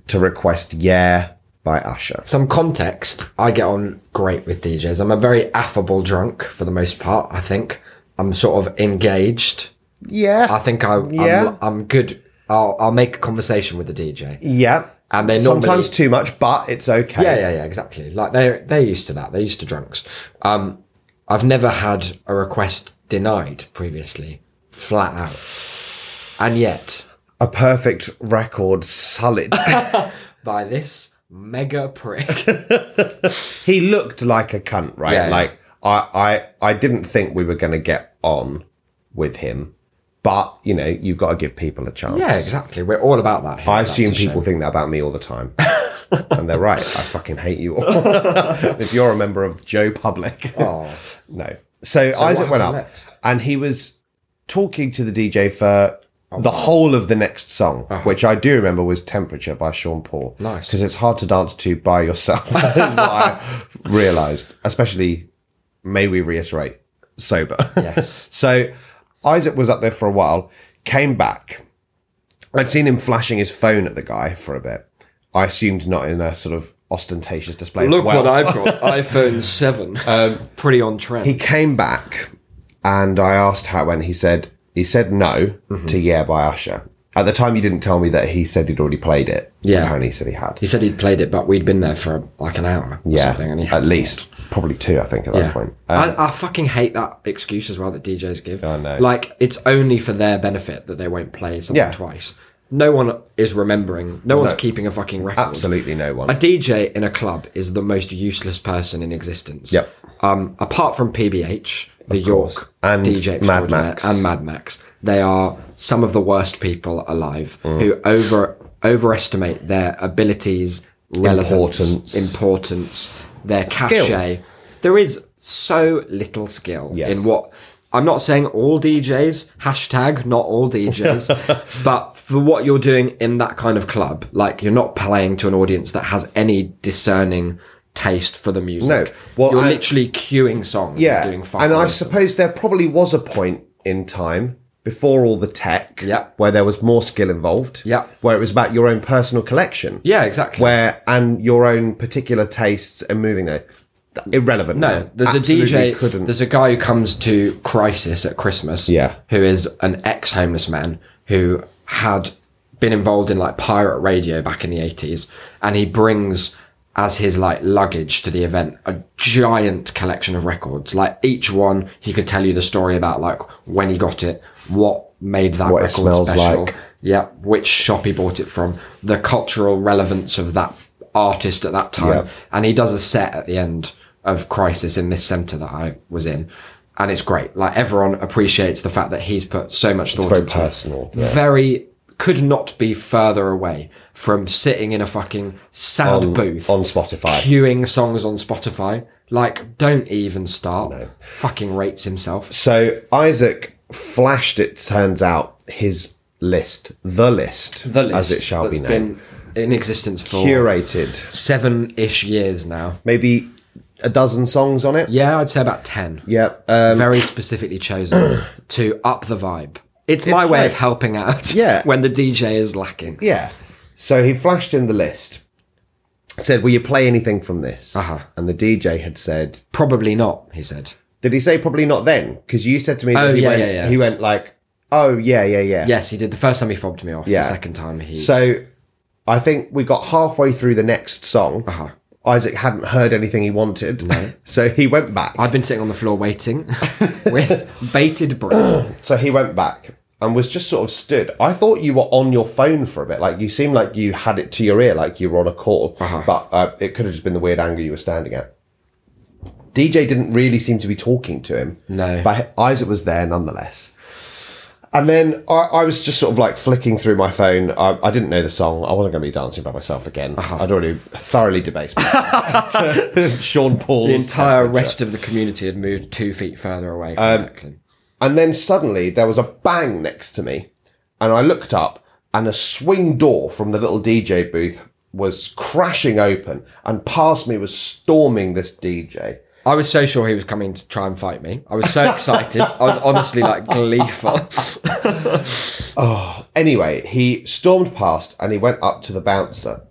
to request Yeah by Usher. Some context. I get on great with DJs. I'm a very affable drunk for the most part. I think I'm sort of engaged. Yeah. I think I, I'm, Yeah. I'm good. I'll, I'll make a conversation with the DJ. yeah. And they normally- Sometimes too much, but it's okay. Yeah, yeah, yeah, exactly. Like they are they're used to that. They're used to drunks. Um, I've never had a request denied previously, flat out. And yet, A perfect record, solid. by this mega prick, he looked like a cunt, right? Yeah, yeah. like I, I, I didn't think we were going to get on with him, but you know, you've got to give people a chance. yeah, exactly. We're all about that. Here. I That's assume a shame. people think that about me all the time. and they're right. I fucking hate you all. if you're a member of Joe Public. Oh. No. So, Isaac what went up happened next? and he was talking to the DJ for Oh, the whole of the next song, which I do remember was Temperature by Sean Paul. Uh-huh. Nice. Because it's hard to dance to by yourself. That is what I realised. Especially, may we reiterate, sober. Yes. So Isaac was up there for a while, came back, I'd seen him flashing his phone at the guy for a bit. I assumed not in a sort of ostentatious display. of Look wealth. what I've got Um, iPhone 7. Pretty on trend. He came back, and I asked how when he said he said no Mm-hmm. to Yeah by Usher. At the time, you didn't tell me that he said he'd already played it. Yeah. apparently he said he had. he said he'd played it, but we'd been there for like an hour or yeah, something. And he at had least probably two. I think at that Yeah. point. Um, I, I fucking hate that excuse as well that DJs give. I know. Like, it's only for their benefit that they won't play something Yeah. twice. No one is remembering. No one's keeping a fucking record. absolutely no one. A DJ in a club is the most useless person in existence. Yep. Um, apart from PBH, the course. York And DJ Mad extraordinaire, Max. and Mad Max, they are some of the worst people alive Mm. who over overestimate their abilities, relevance, Importance. importance, their cachet. There is so little skill Yes. in what. I'm not saying all DJs, hashtag not all DJs, but for what you're doing in that kind of club, like you're not playing to an audience that has any discerning taste for the music. No. Well, you're I- literally queuing songs yeah, and doing fuck and I all. suppose there probably was a point in time before all the tech, Yeah. where there was more skill involved, Yeah. where it was about your own personal collection, Yeah, exactly. where and your own particular tastes and moving there. Th- Irrelevant. No, now. there's Absolutely a DJ. Couldn't. There's a guy who comes to Crisis at Christmas. Yeah. who is an ex-homeless man who had been involved in like pirate radio back in the eighties, and he brings as his like luggage to the event a giant collection of records. Like each one, he could tell you the story about like when he got it, what made that What it record smells special. like. Yeah, which shop he bought it from, the cultural relevance of that artist at that time. Yeah. And he does a set at the end of Crisis in this centre that I was in. And it's great. Like everyone appreciates the fact that he's put so much thought very into it. personal, yeah. Very could not be further away from sitting in a fucking sad booth on Spotify. queuing songs on Spotify. Like, don't even start. Fucking rates himself. So Isaac flashed. It turns out his list, the list, The list as it shall that's be named, been in existence for curated. seven-ish years now. Maybe a dozen songs on it. Yeah, I'd say about 10. Yeah. Um, Very specifically chosen to up the vibe. It's, my way of hype. helping out Yeah. when the DJ is lacking. Yeah. So he flashed him the list. Said, "Will you play anything from this?" Uh-huh. And the DJ had said, Probably not, he said. "Did he say probably not then?" Because you said to me that Oh, he yeah, went. yeah, yeah. He went like, "Oh yeah, yeah, yeah." Yes, he did. The first time he fobbed me off. Yeah. The second time he. So I think we got halfway through the next song. Uh-huh. Isaac hadn't heard anything he wanted, so he went back. I'd been sitting on the floor waiting with bated breath. So he went back and was just sort of stood. I thought you were on your phone for a bit. Like you seemed like you had it to your ear, like you were on a call. Uh-huh. But uh, it could have just been the weird angle you were standing at. DJ didn't really seem to be talking to him. No. But Isaac was there nonetheless. And then I, I was just sort of like flicking through my phone. I, I didn't know the song. I wasn't going to be dancing by myself again. Uh-huh. I'd already thoroughly debased myself. to Sean Paul's The entire temperature. Um, rest of the community had moved two feet further away from Declan. And then suddenly there was a bang next to me, and I looked up, and a swing door from the little DJ booth was crashing open, and past me was storming this DJ. I was so sure he was coming to try and fight me. I was so excited. I was honestly like gleeful. Anyway, he stormed past and he went up to the bouncer,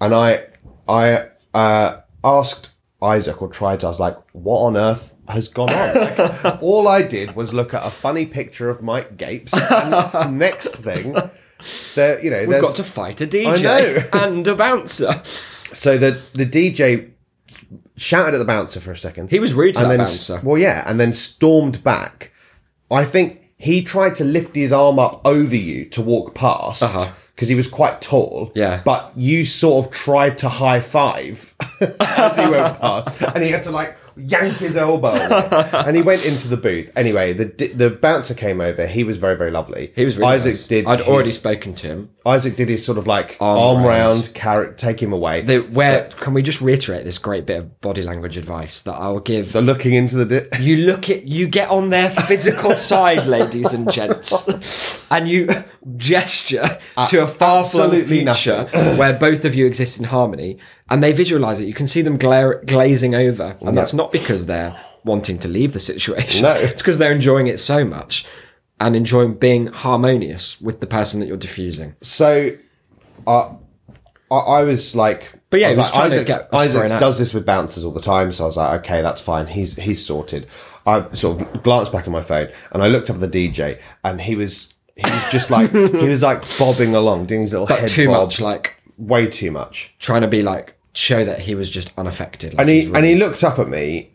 and I, I uh, asked Isaac or tried to. I was like, "What on earth has gone on?" Like, all I did was look at a funny picture of Mike Gapes. And next thing, there, you know, We've there's got to fight a DJ and a bouncer. So the the DJ shouted at the bouncer for a second. He was rude to and that then, bouncer. Well, yeah, and then stormed back. I think he tried to lift his arm up over you to walk past because he was quite tall. Uh-huh. Yeah. but you sort of tried to high five as he went past, and he had to like yank his elbow, away. and he went into the booth. Anyway, the di- the bouncer came over. He was very very lovely. He was really Isaac nice. did. I'd his- already spoken to him. Isaac did his sort of like Arm arm, round. round, carrot, take him away. The, where can we just reiterate this great bit of body language advice that I'll give? So looking into the di- you look at you get on their physical side, ladies and gents, and you gesture to a far-flung absolutely future where both of you exist in harmony, and they visualize it. You can see them glare, glazing over, and that's not because they're wanting to leave the situation. No. it's because they're enjoying it so much. and enjoying being harmonious with the person that you're diffusing. So, uh, I, I, I was like, But yeah, I was he was like, trying to Isaac, get us Isaac thrown out. does this with bouncers all the time, so I was like, okay, that's fine. He's he's sorted. I sort of glanced back at my phone and I looked up at the DJ, and he was he was just like he was like bobbing along, doing his little But head too bob, much, like way too much. trying to be like show that he was just unaffected. Like And he's he really- and he looked up at me,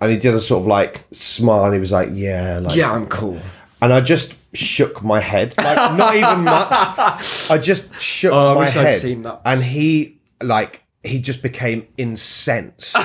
and he did a sort of like smile, and he was like, yeah, like yeah, I'm cool. and I just shook my head, like not even much. I just shook Oh, I my wish I'd head, seen that. and he like he just became incensed.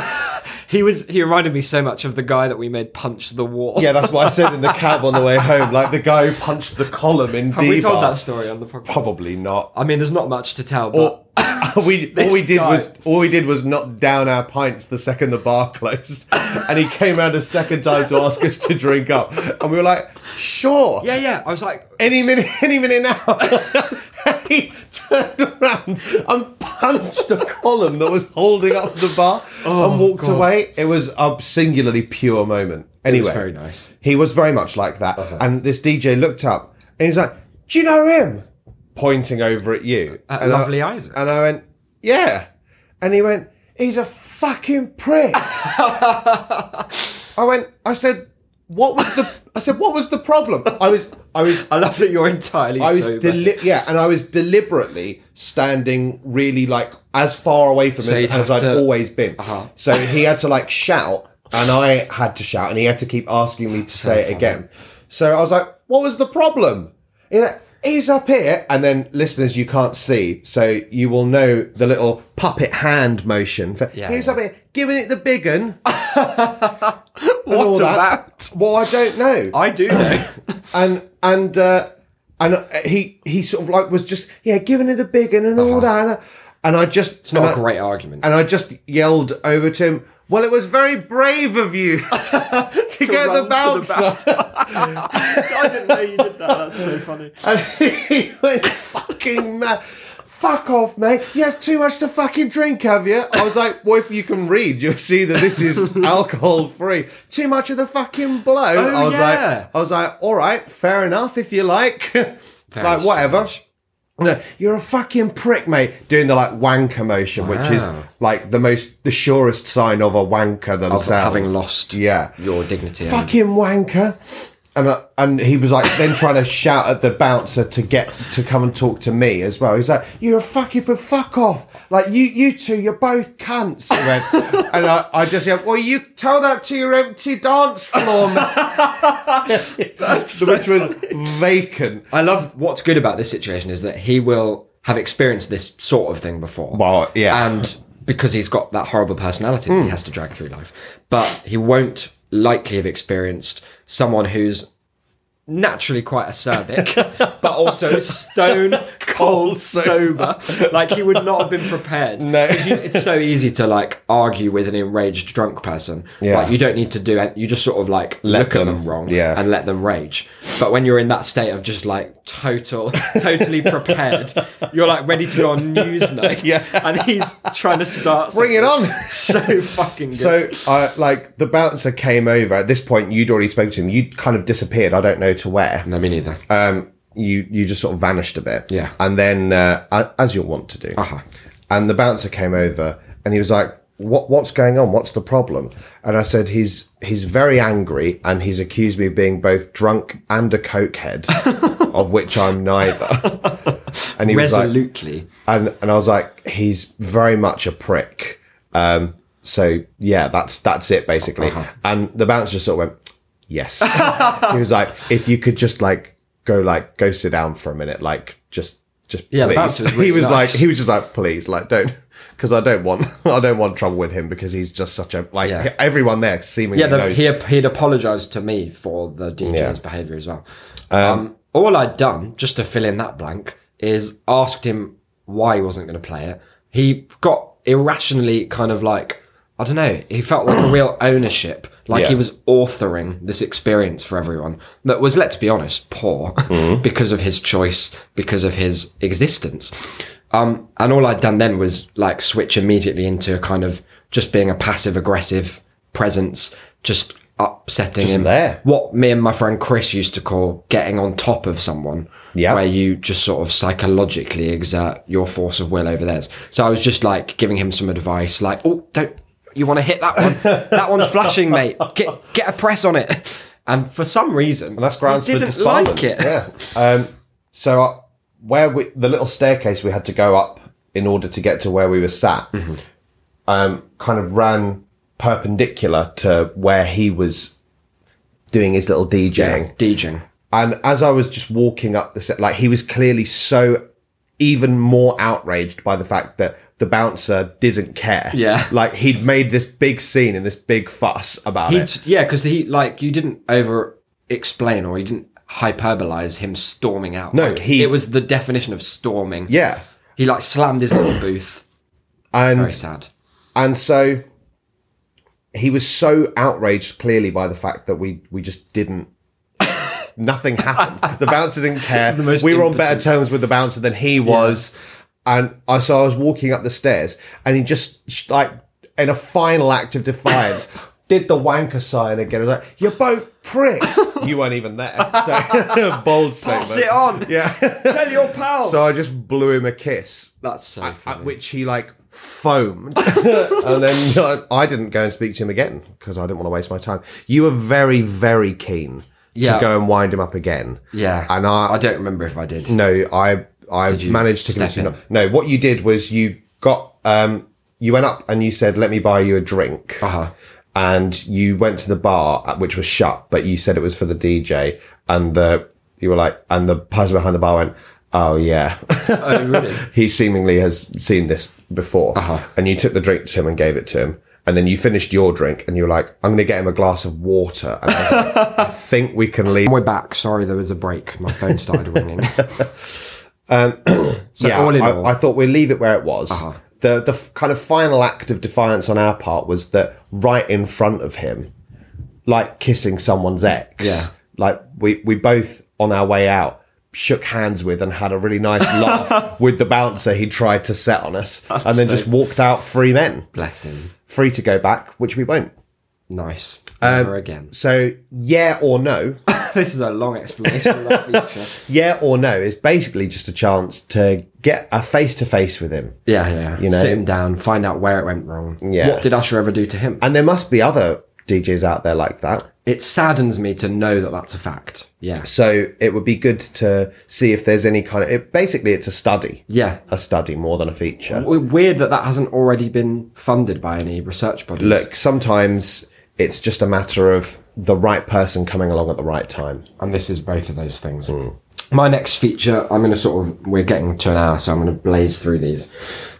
He was. He reminded me so much of the guy that we made punch the wall. yeah, that's what I said in the cab on the way home. Like the guy who punched the column in Have we told D-bar. that story on the podcast? Probably not. I mean, there's not much to tell, but Or- we all This we did guy. was all we did was knock down our pints the second the bar closed, and he came round a second time to ask us to drink up, and we were like, sure, yeah, yeah. I was like, any minute, any minute now. he turned around and punched a column that was holding up the bar Oh, and walked away. It was a singularly pure moment. Anyway, very nice. Uh-huh. He was very much like that. And this DJ looked up and he was like, "Do you know him?" Pointing over at you, At And I- "Uh, lovely Isaac. And I went, "Yeah," and he went, "He's a fucking prick." I went, I said, "What was the?" I said, "What was the problem?" I was, I was I love that you're entirely I was sober. deli- yeah, and I was deliberately standing really like as far away from So him you'd as have I've to- Uh-huh. always been. So he had to like shout, and I had to shout, and he had to keep asking me to say it again. So I was like, "What was the problem?" He's like, He's up here, and then listeners, you can't see, so you will know the little puppet hand motion. For, Yeah, he's yeah. up here, giving it the big un. what about? Well, I don't know I do know. and and uh, and uh, he he sort of like was just yeah giving it the big and, and all that and, I- and I just it's Uh-huh. not a great argument. and I just yelled over to him well it was very brave of you to, get run to the the bouncer I didn't know you did that. That's so funny. and he went fucking mad fuck off mate you had too much to fucking drink have you I was like well if you can read you'll see that this is alcohol free too much of the fucking blow I was Oh, yeah. like I was like alright fair enough if you like like whatever No, you're a fucking prick, mate. Doing the like wanker motion, which is Wow. like the most, the surest sign of a wanker themselves. having lost Yeah. Your dignity. and- fucking wanker. And, uh, and he was like then trying to shout at the bouncer to get to come and talk to me as well. He's like, "You're a fucking but fuck off! Like you you two, you're both cunts." He went- and I, I just said, "Well, you tell that to your empty dance floor, man," which was vacant. I love what's good about this situation is that he will have experienced this sort of thing before. Well, yeah. Hmm. And because he's got that horrible personality that he has to drag through life. But he won't likely have experienced someone who's naturally quite acerbic, but also stone cold sober. Like he would not have been prepared. No, it's so easy to like argue with an enraged drunk person. Yeah. like you don't need to do it. You just sort of like look at them- them wrong. yeah. and let them rage. But when you're in that state of just like total, totally prepared, you're like ready to go on Newsnight. Yeah, and he's trying to start. Bring it something. on. So fucking good. So, I like the bouncer came over. At this point, you'd already spoken to him. You'd kind of disappeared. I don't know to where. no, me neither. Um, you you just sort of vanished a bit. Yeah. And then, uh, a- as you'll want to do. Uh-huh. And the bouncer came over, and he was like, "What what's going on? What's the problem?" And I said, "He's he's very angry, and he's accused me of being both drunk and a cokehead, of which I'm neither." and he was like, Resolutely. and and I was like, he's very much a prick. Um, so yeah, that's that's it basically. Uh-huh. And the bouncer just sort of went, yes. he was like, if you could just like go like go sit down for a minute, like just just Yeah, the please. bouncer's he really was like, nice. he was just like, please, like don't. Because I don't want, I don't want trouble with him because he's just such a like Yeah. everyone there seemingly Yeah, the, knows. he he'd apologised to me for the DJ's Yeah. behaviour as well. Um, all I'd done, just to fill in that blank, is asked him why he wasn't going to play it. He got irrationally kind of like I don't know. He felt like a real ownership, like Yeah. he was authoring this experience for everyone that was, let's be honest, poor Mm-hmm. because of his choice, because of his existence. Um, and all I'd done then was like switch immediately into a kind of just being a passive aggressive presence, just upsetting Just him. there. What me and my friend Chris used to call getting on top of someone. Yeah. Where you just sort of psychologically exert your force of will over theirs. So I was just like giving him some advice, like, oh, don't you want to hit that one? that one's flashing, mate. Get get a press on it. And for some reason, That's grounds he for didn't disbarment. like it. Yeah. Um, so uh, where we, the little staircase we had to go up in order to get to where we were sat, Mm-hmm. um, kind of ran perpendicular to where he was doing his little DJing. Deejing. And as I was just walking up the set, like he was clearly so even more outraged by the fact that the bouncer didn't care. Yeah. Like he'd made this big scene and this big fuss about He it. t- yeah, because he like you didn't over explain or you didn't hyperbolize him storming out. No, Like, he- it was the definition of storming. yeah. he like slammed his little booth. And Very sad. and so he was so outraged clearly by the fact that we we just didn't nothing happened the bouncer didn't care the most we were on impotent. better terms with the bouncer than he was and i so i was walking up the stairs and he just sh- like in a final act of defiance did the wanker sign again I was like you're both pricks you weren't even there so bold statement Pass it on. yeah Tell your pal. so i just blew him a kiss That's so funny. at which he like foamed and then uh, i didn't go and speak to him again because i didn't want to waste my time you were very very keen Yeah. to go and wind him up again yeah, and i, I don't remember if I did. no i i you managed to step convince you in? not no what you did was you got um you went up and you said let me buy you a drink Uh-huh. and you went to the bar uh, which was shut but you said it was for the dj and the you were like and the person behind the bar went oh yeah Oh, really? he seemingly has seen this before. Uh-huh. And you took the drink to him and gave it to him. And then you finished your drink and you were like, I'm going to get him a glass of water. And I was like, I think we can leave. We're back. Sorry, there was a break. My phone started ringing. So yeah, all in I, all- Uh-huh. I thought we'd leave it where it was. The, the f- kind of final act of defiance on our part was that right in front of him, like kissing someone's ex, Yeah. like we, we both on our way out shook hands with and had a really nice laugh with the bouncer he tried to set on us and then so- just walked out free men. Bless him. free to go back, which we won't. Nice. Um, Never again. So, yeah or no, This is a long explanation of that feature. yeah or no is basically just a chance to get a face to face with him. Yeah, yeah. know? sit him down, find out where it went wrong. Yeah. What did Usher ever do to him? And there must be other DJs out there like that. It saddens me to know that that's a fact. Yeah. So, it would be good to see if there's any kind of. It, basically, it's a study. Yeah. A study more than a feature. W- Weird that that hasn't already been funded by any research bodies. Look, sometimes it's just a matter of the right person coming along at the right time. and this is both of those things. Hmm. My next feature, I'm going to sort of, we're getting to an hour, so I'm going to blaze through these.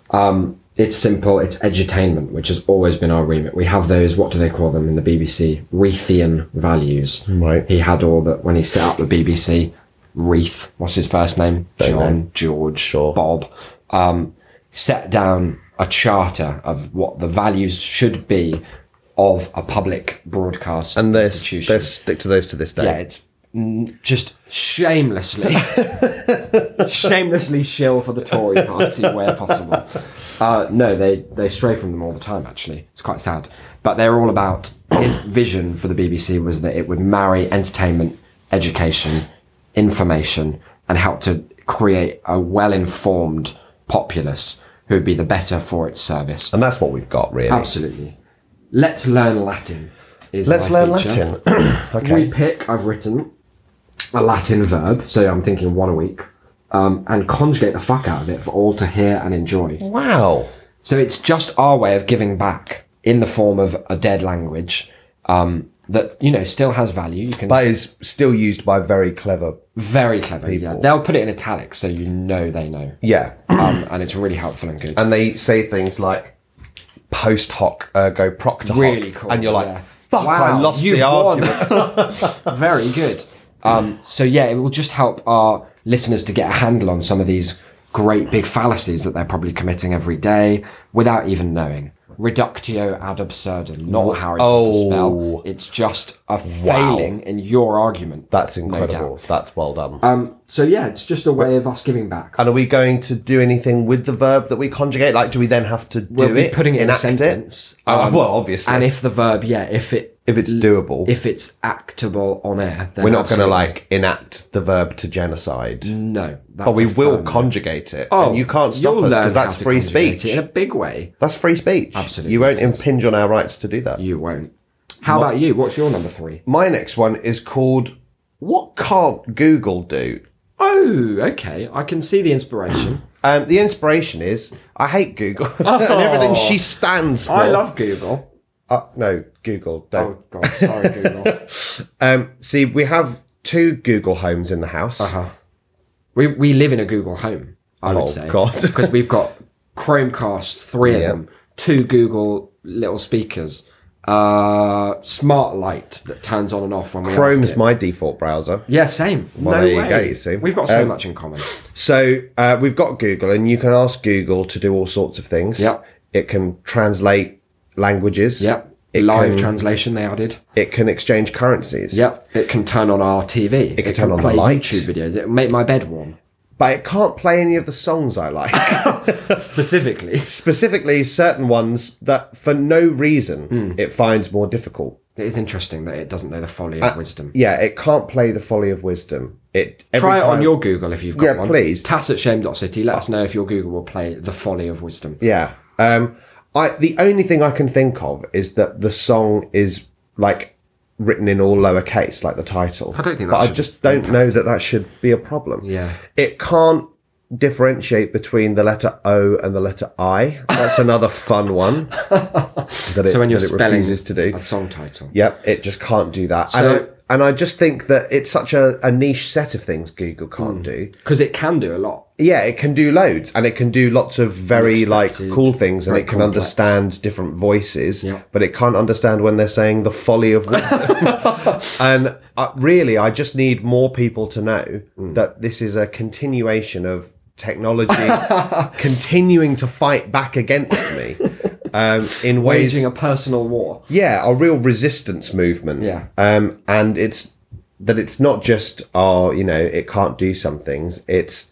Um, it's simple, it's edutainment, which has always been our remit. We have those, what do they call them in the BBC? Wreathian values. Right. He had all that when he set up the BBC. Wreath, what's his first name? John, George, Bob. Um, set down a charter of what the values should be of a public broadcast And they institution. they stick to those to this day. Yeah, it's n- just shamelessly, shamelessly shill for the Tory party where possible. Uh, no, they, they stray from them all the time, actually. It's quite sad. But they're all about his vision for the BBC was that it would marry entertainment, education, information, and help to create a well informed populace who would be the better for its service. And that's what we've got, really. Absolutely. Let's learn Latin. Is Let's my learn feature. Latin. okay. We pick, I've written a Latin verb, so I'm thinking one a week, um, and conjugate the fuck out of it for all to hear and enjoy. wow. So it's just our way of giving back in the form of a dead language um, that, you know, still has value. You can. But is still used by very clever. very clever. Yeah. They'll put it in italics so you know they know. Yeah. Um, and it's really helpful and good. and they say things like post hoc ergo proctor hoc. really cool. and you're like yeah. fuck i Wow, lost you've the argument won. Very good. Um, so yeah, it will just help our listeners to get a handle on some of these great big fallacies that they're probably committing every day without even knowing. Reductio ad absurdum, not how it's Oh. spell. It's just a failing in your argument. that's no incredible doubt. that's well done um, so yeah, it's just a way of us giving back. and are we going to do anything with the verb that we conjugate like do we then have to do we'll be it putting it in a enact sentence. Oh, um, well obviously And if the verb, yeah, if it if it's doable. If it's actable on air, then We're not going to absolutely. like enact the verb to genocide, No, that's but we a will firm- conjugate it. Oh, and you can't stop you'll us learn because how that's to free conjugate speech. it in a big way. That's free speech. Absolutely, you won't it is. impinge on our rights to do that. You won't. How about you? What's your number three? My next one is called "What Can't Google Do." Oh, okay. I can see the inspiration. Um, the inspiration is I hate Google and everything she stands for. Oh. I love Google. Uh, no, Google. Don't. Oh God, sorry, Google. Oh. Um, see, we have two Google homes in the house. Uh-huh. We we live in a Google home. I Oh, would say. God. because we've got Chromecast, three of Yeah. them, two Google little speakers, uh, smart light that turns on and off when we. ask Chrome's it. my default browser. Yeah, same. Well, no there you way. go, you see. We've got so Um, much in common. So uh, we've got Google, and you can ask Google to do all sorts of things. Yep. It can translate languages. Yep. It Live can, translation they added. It can exchange currencies. Yep. It can turn on our TV. It can turn on the play light. YouTube videos. It will make my bed warm. But it can't play any of the songs I like. Specifically. It Specifically, certain ones that for no reason Hmm. it finds more difficult. is interesting that it doesn't know the folly Uh, of wisdom. Yeah, it can't play the folly of wisdom. It every Try it on time- your Google if you've got Yeah, one. please. Tass at shame.city. Let us know if your Google will play The Folly of Wisdom. Yeah. Um, I the only thing I can think of is that the song is like written in all lowercase, like the title. I don't think that But I should just don't know that that should be a problem. Yeah. It can't differentiate between the letter O and the letter I. That's another fun one that it, So when you're that it spelling refuses to do. a song title. Yep, it just can't do that. and, So- I, and I just think that it's such a, a niche set of things Google can't Hmm. do. Because it can do a lot. Yeah, it can do loads, and it can do lots of very like Unexpected, cool things, and very it can complex. understand different voices. Yeah. but it can't understand when they're saying the folly of wisdom. and uh, really, I just need more people to know Hmm. that this is a continuation of technology continuing to fight back against me um, in ways. Waging a personal war. yeah, a real resistance movement. Yeah. um, and it's that it's not just oh, you know, it can't do some things. It's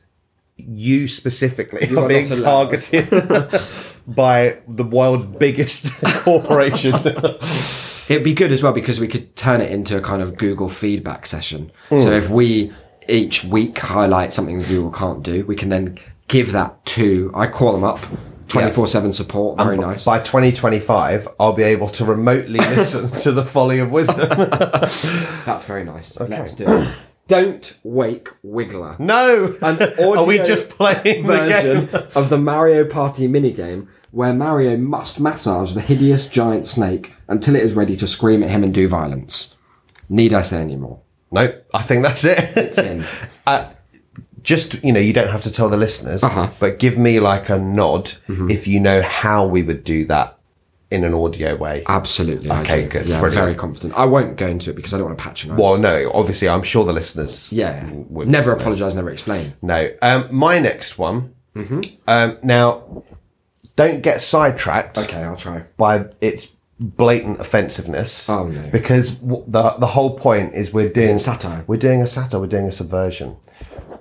you specifically are, are being not allowed. targeted by the world's biggest corporation. It'd be good as well because we could turn it into a kind of Google feedback session. Mm. So if we each week highlight something Google can't do, we can then give that to, I call them up, 24 7 support. Very nice. By 2025, I'll be able to remotely listen to the folly of wisdom. That's very nice. Let's do it. Don't Wake Wiggler. No, an audio are we just playing the version game? of the Mario Party minigame where Mario must massage the hideous giant snake until it is ready to scream at him and do violence. Need I say any more? Nope, I think that's it. It's in. just you know you don't have to tell the listeners Uh-huh. but give me like a nod Mm-hmm. if you know how we would do that in an audio way Ah. Absolutely. I Okay, do. good, Yeah, brilliant. very confident. I won't go into it because I don't want to patronise. well no obviously i'm sure the listeners yeah. w- would- never apologise, never explain. no um my next one Mm-hmm. um now don't get sidetracked Okay, I'll try. by its blatant offensiveness Oh, no. because w- the the whole point is we're doing satire? we're doing a satire we're doing a subversion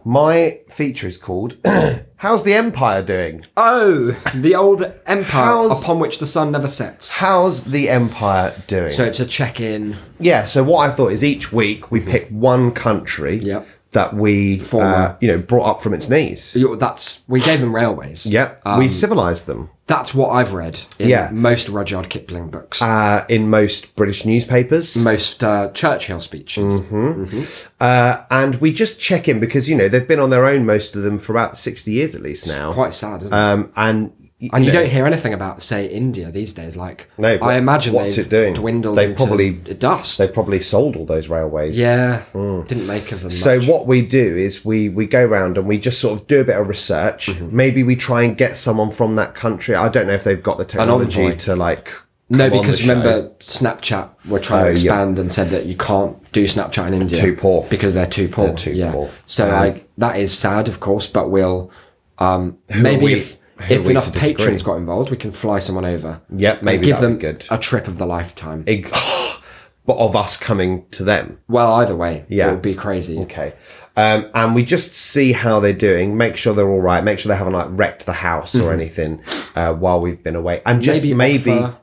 my feature is called how's the empire doing Oh, the old empire How's- upon which the sun never sets. how's the empire doing So it's a check in. Yeah, so what I thought is each week we pick one country Mm-hmm. Yep. that we uh, Former. you know brought up from its knees. That's we gave them railways. Yep, we Um. civilized them That's what I've read in Yeah. most Rudyard Kipling books, uh, in most British newspapers, most uh, Churchill speeches. mm-hmm. uh, and we just check in because you know they've been on their own most of them for about sixty years at least now. Quite sad, isn't it? um, and y- And you know, don't hear anything about, say, India these days. Like, No, but I imagine what's they've it doing? dwindled They've into probably- dust. they've probably sold all those railways. yeah, didn't make of them. So much. what we do is we we go round and we just sort of do a bit of research. Mm-hmm. Maybe we try and get someone from that country. I don't know if they've got the technology envoy. to like. No, come on because the show. remember, Snapchat were trying Oh, to yeah. expand and said that you can't do Snapchat in India. Too poor. Because they're too poor. too yeah. poor. So Um, like that is sad, of course, but we'll um, are maybe we- if, who are if we enough to disagree? patrons got involved, we can fly someone over. Yep, and maybe give that'd them be good. a trip of the lifetime. Ig- but of us coming to them. well, either way, it Yeah. would be crazy. Okay. Um, and we just see how they're doing, make sure they're all right, make sure they haven't like wrecked the house or anything uh, while we've been away, and just Mm-hmm. Maybe maybe, offer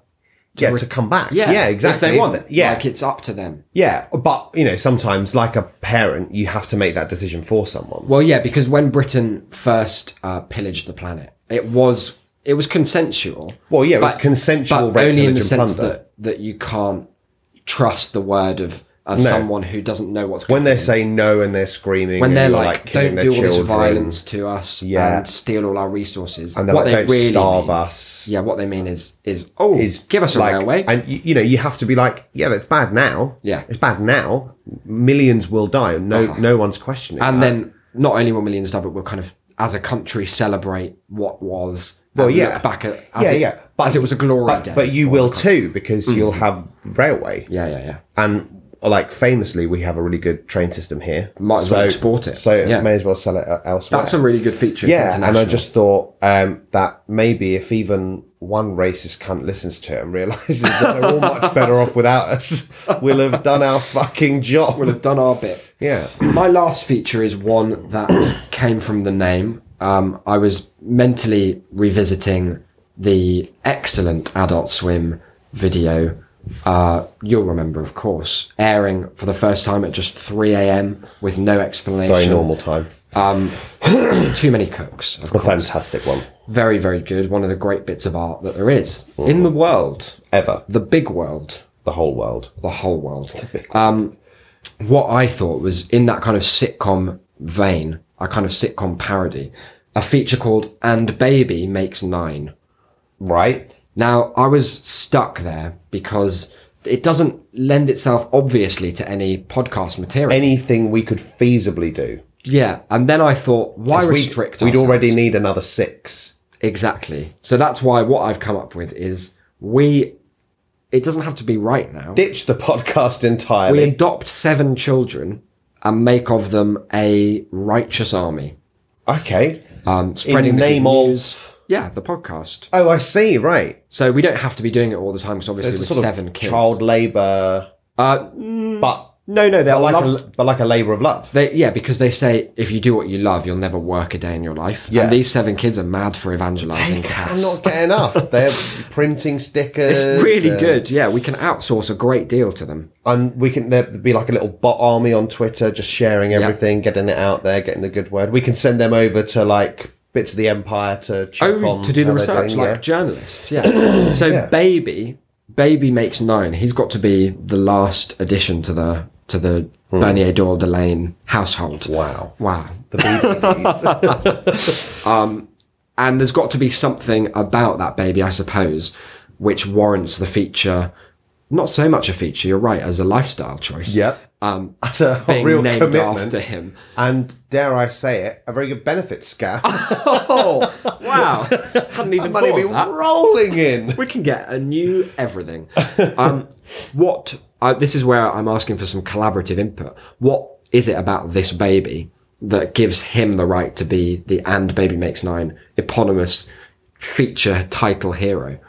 yeah, to come back. Yeah, Yeah, exactly. If they want, Yeah, like it's up to them. yeah. But you know, sometimes like a parent, you have to make that decision for someone. Well, yeah, because when Britain first uh, pillaged the planet, it was it was consensual. Well, yeah, it was consensual rape, only in the pillage, and sense plunder. that that you can't trust the word of of No. someone who doesn't know what's good When for they them. say no and they're screaming, when and they're you're, like, don't killing their do all this children," violence to us Yeah. and steal all our resources, and they're what like, they "Don't really starve mean- us." Yeah, what they mean is is oh, is give us a like, railway. And you, you know, you have to be like, yeah, that's bad now. Yeah. Uh-huh. it's bad now. Millions will die. and No, no one's questioning. and that. then not only will millions die, but we'll kind of, as a country, celebrate what was. well, and yeah, look back at as yeah, it, yeah, as it was a glory but, day. Mm. But you will too because you'll have railway. yeah, yeah, yeah. and like famously, we have a really good train system here. Might as well export it. So Yeah. may as well sell it uh, elsewhere. That's a really good feature. It's yeah, and I international. just thought um, that maybe if even one racist cunt listens to it and realizes that they're all much better off without us, we'll have done our fucking job. we'll have done our bit. yeah, My last feature is one that came from the name. Um, I was mentally revisiting the excellent Adult Swim video. Uh, you'll remember, of course, airing for the first time at just 3 a.m. with no explanation. very normal time. Too many cooks, of A course. fantastic one Very, very good. One of the great bits of art that there is in the world, ever. the big world. The whole world. the whole world. Um, what I thought was in that kind of sitcom vein, a kind of sitcom parody, a feature called "And Baby Makes Nine. Right. Now I was stuck there because it doesn't lend itself obviously to any podcast material. Anything we could feasibly do. yeah, and then I thought, why We- restrict? We'd ourselves? already need another six. exactly. So that's why what I've come up with is we. It doesn't have to be right now. Ditch the podcast entirely. We adopt seven children and make of them a righteous army. okay. Um, In spreading the the good name news. of. yeah the podcast. Oh, I see. Right. So we don't have to be doing it all the time because obviously It's a with sort seven of kids. child labour, Uh, but no, no, they're but like like a, but like a labour of love. they, yeah, because they say if you do what you love, you'll never work a day in your life. Yeah. And these seven kids are mad for evangelizing I'm tasks. not getting enough. They're printing stickers. It's really and- good. Yeah, we can outsource a great deal to them. And we can there'd be like a little bot army on Twitter, just sharing everything, getting it out there, getting the good word. We can send them over to like bits of the empire to check Oh, on to do the how they're research, doing, like yeah. journalists. Yeah. so baby, baby makes nine. He's got to be the last addition to the to the Bernier Doyle Delane household. Wow. wow. the BDDs. And there's got to be something about that baby, I suppose, which warrants the feature. Not so much a feature. You're right, as a lifestyle choice. yep. Um, That's a being real named commitment. after him. And dare I say it, a very good benefit scam. Oh wow! Hadn't even Money thought be of that. rolling in. we can get a new everything. Um, what uh, this is where I'm asking for some collaborative input. What is it about this baby that gives him the right to be the and baby makes nine eponymous feature title hero?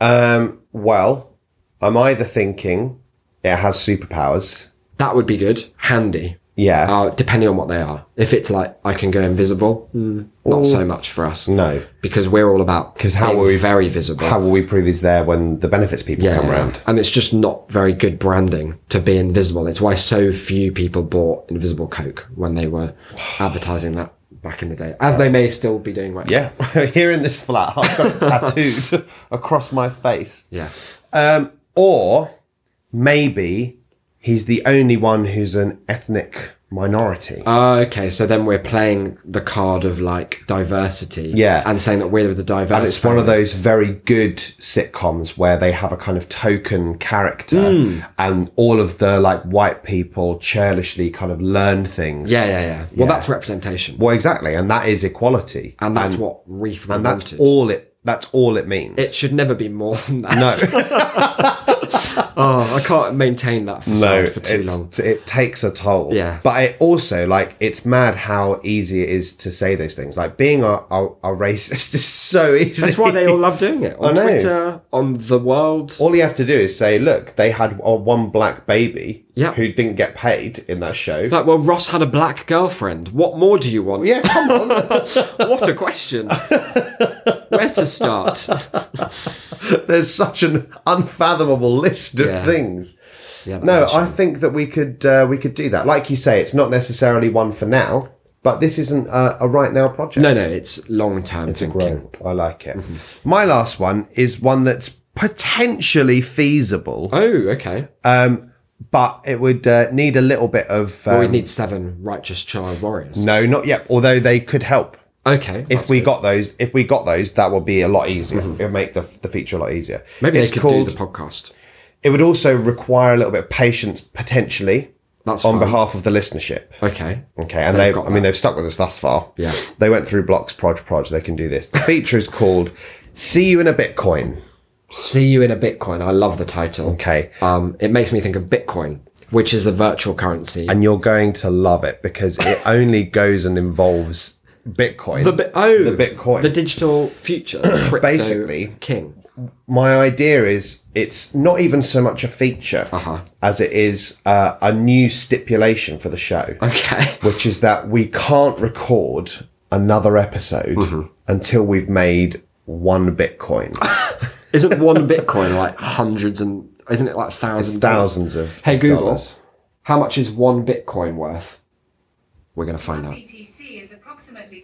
Um, well, I'm either thinking it has superpowers. That would be good, handy. Yeah. Uh, depending on what they are. If it's like I can go invisible, not so much for us. Mm. No. because we're all about because how will we- very visible. How will we prove he's there when the benefits people come round? And it's just not very good branding to be invisible. It's why so few people bought Invisible Coke when they were advertising that back in the day, as they may still be doing right Yeah, here in this flat, I've got it tattooed across my face. now. Yeah. Um, or maybe he's the only one who's an ethnic minority. Uh, okay, so then we're playing the card of like diversity. Yeah. And saying that we're the diverse. and it's one of those very good sitcoms where they have a kind of token character Hmm. and all of the like white people churlishly kind of learn things. Yeah, yeah, yeah. Well, that's representation. Well, exactly. And that is equality. and that's what Reith and that's wanted. all it, that's all it means. it should never be more than that. no. Oh, I can't maintain that facade for too it's- long. It takes a toll. Yeah. But it also, like, it's mad how easy it is to say those things. Like, being a, a, a racist is so easy. That's why they all love doing it. On know. Twitter, on the world. All you have to do is say, look, they had a, one black baby Yeah. who didn't get paid in that show. Like, well, Ross had a black girlfriend. What more do you want? yeah, come on. What a question. Where to start? There's such an unfathomable list of Yeah. things. Yeah, but No, that's a I shame. think that we could uh, we could do that. Like you say, it's not necessarily one for now, but this isn't a, a right now project. No, no, it's long term It's a thinking. grow. I like it. Mm-hmm. My last one is one that's potentially feasible, Oh, okay. um, but it would uh, need a little bit of. Um, we need seven righteous child warriors. no, not yet. Although they could help Okay. if that's we good. Mm-hmm. got those. If we got those, that would be a lot easier. It would make the, the feature a lot easier. maybe they It's could called- do the podcast. It would also require a little bit of patience potentially That's on fine. behalf of the listenership. Okay. Okay, and They've they, got I mean, that. they've stuck with us thus far. Yeah. They went through blocks, proj, proj, they can do this. The feature is called See You in a Bitcoin. See you in a Bitcoin. I love the title. Okay. Um, it makes me think of Bitcoin, which is a virtual currency. And you're going to love it because it only goes and involves Bitcoin. the bi- oh, the Bitcoin. the digital future, crypto Basically- king. My idea is it's not even so much a feature Uh-huh. as it is uh, a new stipulation for the show. Okay. which is that we can't record another episode Mm-hmm. until we've made one Bitcoin. Isn't one Bitcoin like hundreds and isn't it like thousands? Thousands of Hey of Google, dollars. how much is one Bitcoin worth? We're gonna find out. BTC is approximately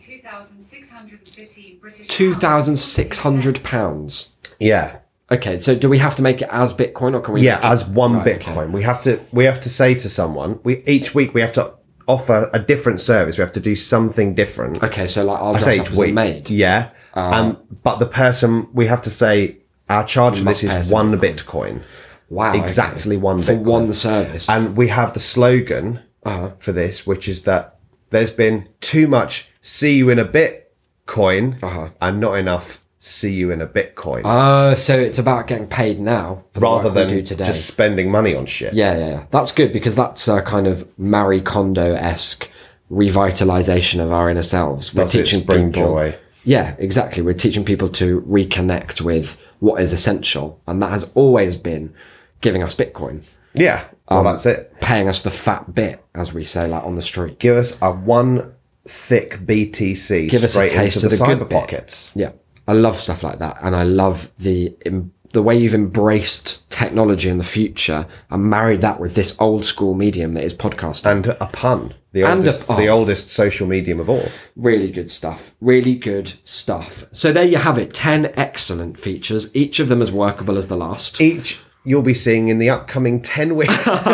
2,615 British Two thousand six hundred pounds. Yeah, Okay, so do we have to make it as Bitcoin or can we? yeah, make it- as one Right, Bitcoin, we have to we have to say to someone we each week we have to offer a different service. We have to do something different. Okay, so like I'll I say dress up each as a week, maid. yeah. Uh-huh. um, but the person we have to say our charge for this pay us is in one Bitcoin. Wow, okay. exactly one for Bitcoin. one Uh-huh. service. And we have the slogan for this, which is that there's been too much see you in a Bitcoin Uh-huh. and not enough see you in a Bitcoin. Oh, so it's about getting paid now for the rather work we than do today. just spending money on shit. Yeah, yeah, yeah. That's good because that's a kind of Marie Kondo esque revitalization of our inner selves. We're Does it spring people, joy? Yeah, exactly. We're teaching people to reconnect with what is essential, and that has always been giving us Bitcoin, Yeah. Well, Um, that's it. paying us the fat bit, as we say, like on the street. Give us a one thick BTC Give us a straight taste into of the, the good cyber bit. pockets. Yeah, I love stuff like that, and I love the em- the way you've embraced technology in the future and married that with this old school medium that is podcasting. And a pun. The And a oldest, pun. the oldest social medium of all. Really good stuff. Really good stuff. So there you have it. 10 excellent features, each of them as workable as the last. Each you'll be seeing in the upcoming 10 weeks of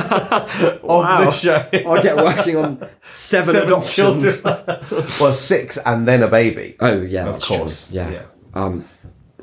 the show. I'll get working on seven, Seven adoptions. well, six and then a baby. Oh, yeah. Of that's true. course, Yeah. yeah. Um,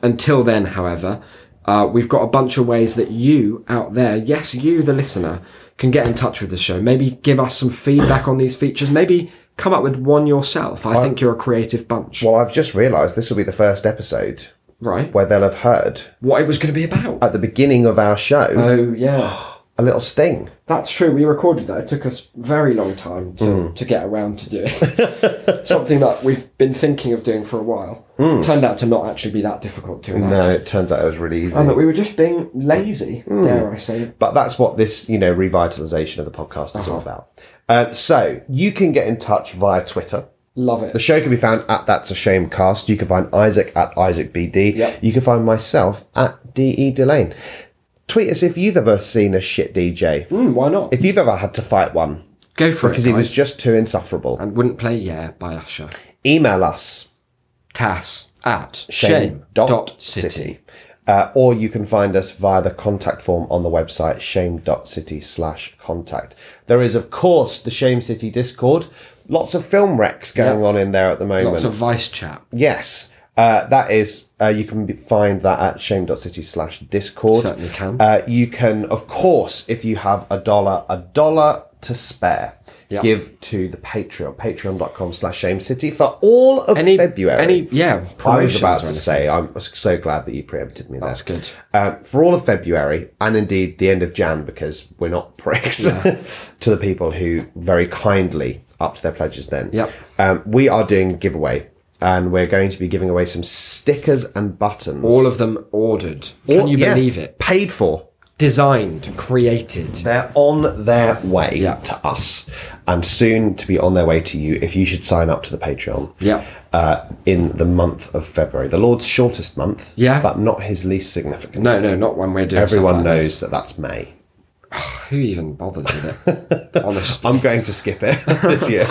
until then, however, uh, we've got a bunch of ways that you out there, yes, you, the listener, can get in touch with the show. Maybe give us some feedback on these features. Maybe come up with one yourself. I, think you're a creative bunch. Well, I've just realised this will be the first episode right. where they'll have heard What it was going to be about. at the beginning of our show oh, yeah. a little sting. That's true. We recorded that. It took us very long time to, Hmm. to get around to doing something that we've been thinking of doing for a while. Hmm. Turned out to not actually be that difficult to. No, announce. it turns out it was really easy. and that we were just being lazy. Hmm. Dare I say? but that's what this, you know, revitalization of the podcast is Uh-huh. all about. Uh, so you can get in touch via Twitter. Love it. The show can be found at That's a Shame Cast. You can find Isaac at IsaacBD. Yep. You can find myself at DE Delane. Tweet us if you've ever seen a shit DJ. Hmm, why not? If you've ever had to fight one Go for because it, he was guys. just too insufferable. and wouldn't play "Yeah" by Usher. Email us Tass at shame shame dot city, Uh, or you can find us via the contact form on the website shame.city slash contact. There is, of course, the Shame City Discord. Lots of film wrecks going Yeah. on in there at the moment. Lots of vice chat. Yes. Uh, that is, uh, you can be- find that at shame.city slash discord. Certainly can. Uh, you can, of course, if you have a dollar, a dollar to spare, Yeah. give to the Patreon, patreon.com slash shame city for all of Any February. Any yeah. I was promotions about or to anything. say, I'm so glad that you preempted me there. That's good. Uh, for all of February and indeed the end of Jan, because we're not pricks to the people who very kindly upped their pledges then. Yep. Um, we are doing a giveaway and we're going to be giving away some stickers and buttons. All of them ordered. Can Or- you yeah, believe it? Paid for. designed, created. They're on their way Yeah. to us and soon to be on their way to you if you should sign up to the Patreon. Yeah. Uh, in the month of February. The Lord's shortest month. Yeah. But not his least significant. No, no, not when we're doing. stuff Everyone like knows this. that that's May. Who even bothers with it? Honestly. I'm going to skip it this year.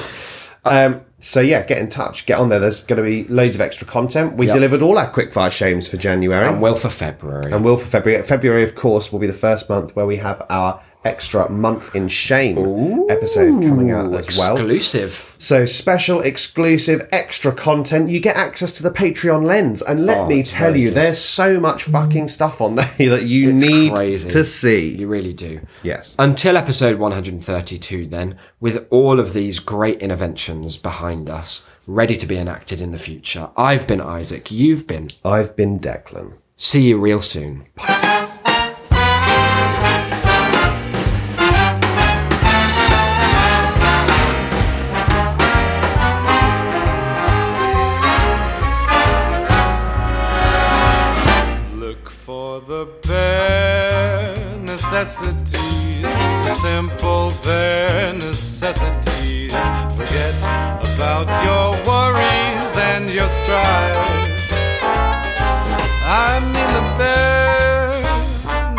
Um, so yeah, get in touch, get on there. There's going to be loads of extra content. We Yep. delivered all our quickfire shames for January, And will for February. and will for February. February, of course, will be the first month where we have our extra month in shame episode coming out as well. Exclusive. So special, exclusive, extra content. You get access to the Patreon lens, and let Oh, me it's tell very you, good. there's so much fucking stuff on there that you It's need crazy. to see. You really do. Yes. Until episode 132, then, with all of these great interventions behind us, ready to be enacted in the future. I've been Isaac. You've been. I've been Declan. See you real soon. Look for the bare necessities, the simple bare necessities. Forget about your worries and your strife. I mean the bare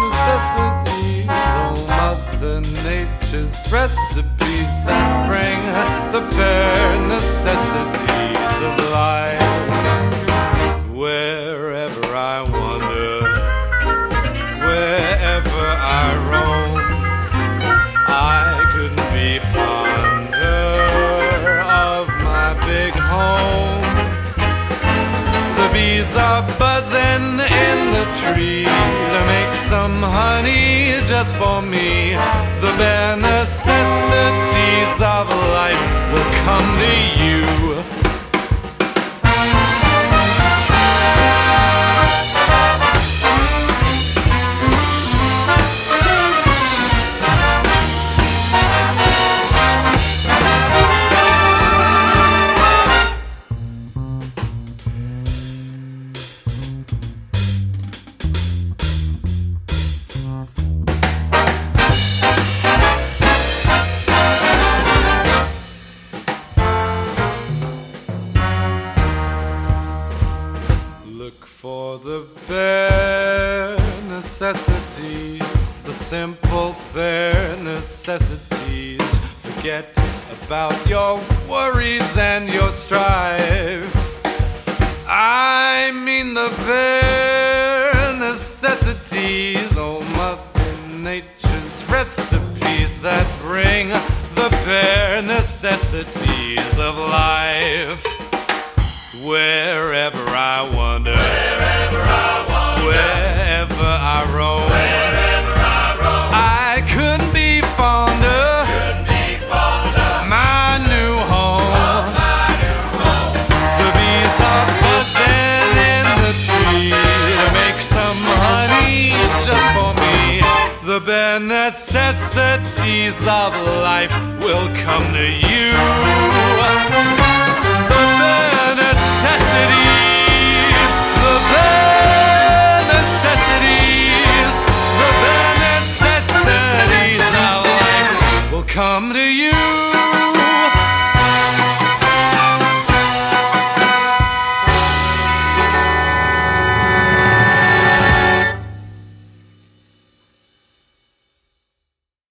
necessities, oh Mother Nature's recipes that bring the bare necessities of life wherever I wander, wherever I roam, I could be fonder of my big home. The bees are buzzing in the tree to make some honey just for me. The bare necessities of life will come to you. Look for the bare necessities, the simple bare necessities. Forget about your worries and your strife. I mean the bare necessities, oh Mother Nature's recipes that bring the bare necessities of life. Wherever I wander, wherever I wander, wherever I roam, wherever I roam, I couldn't be fonder, could be fonder, my new home. The bees are buzzing in the tree to make some honey just for me. The bare necessities of life will come to you.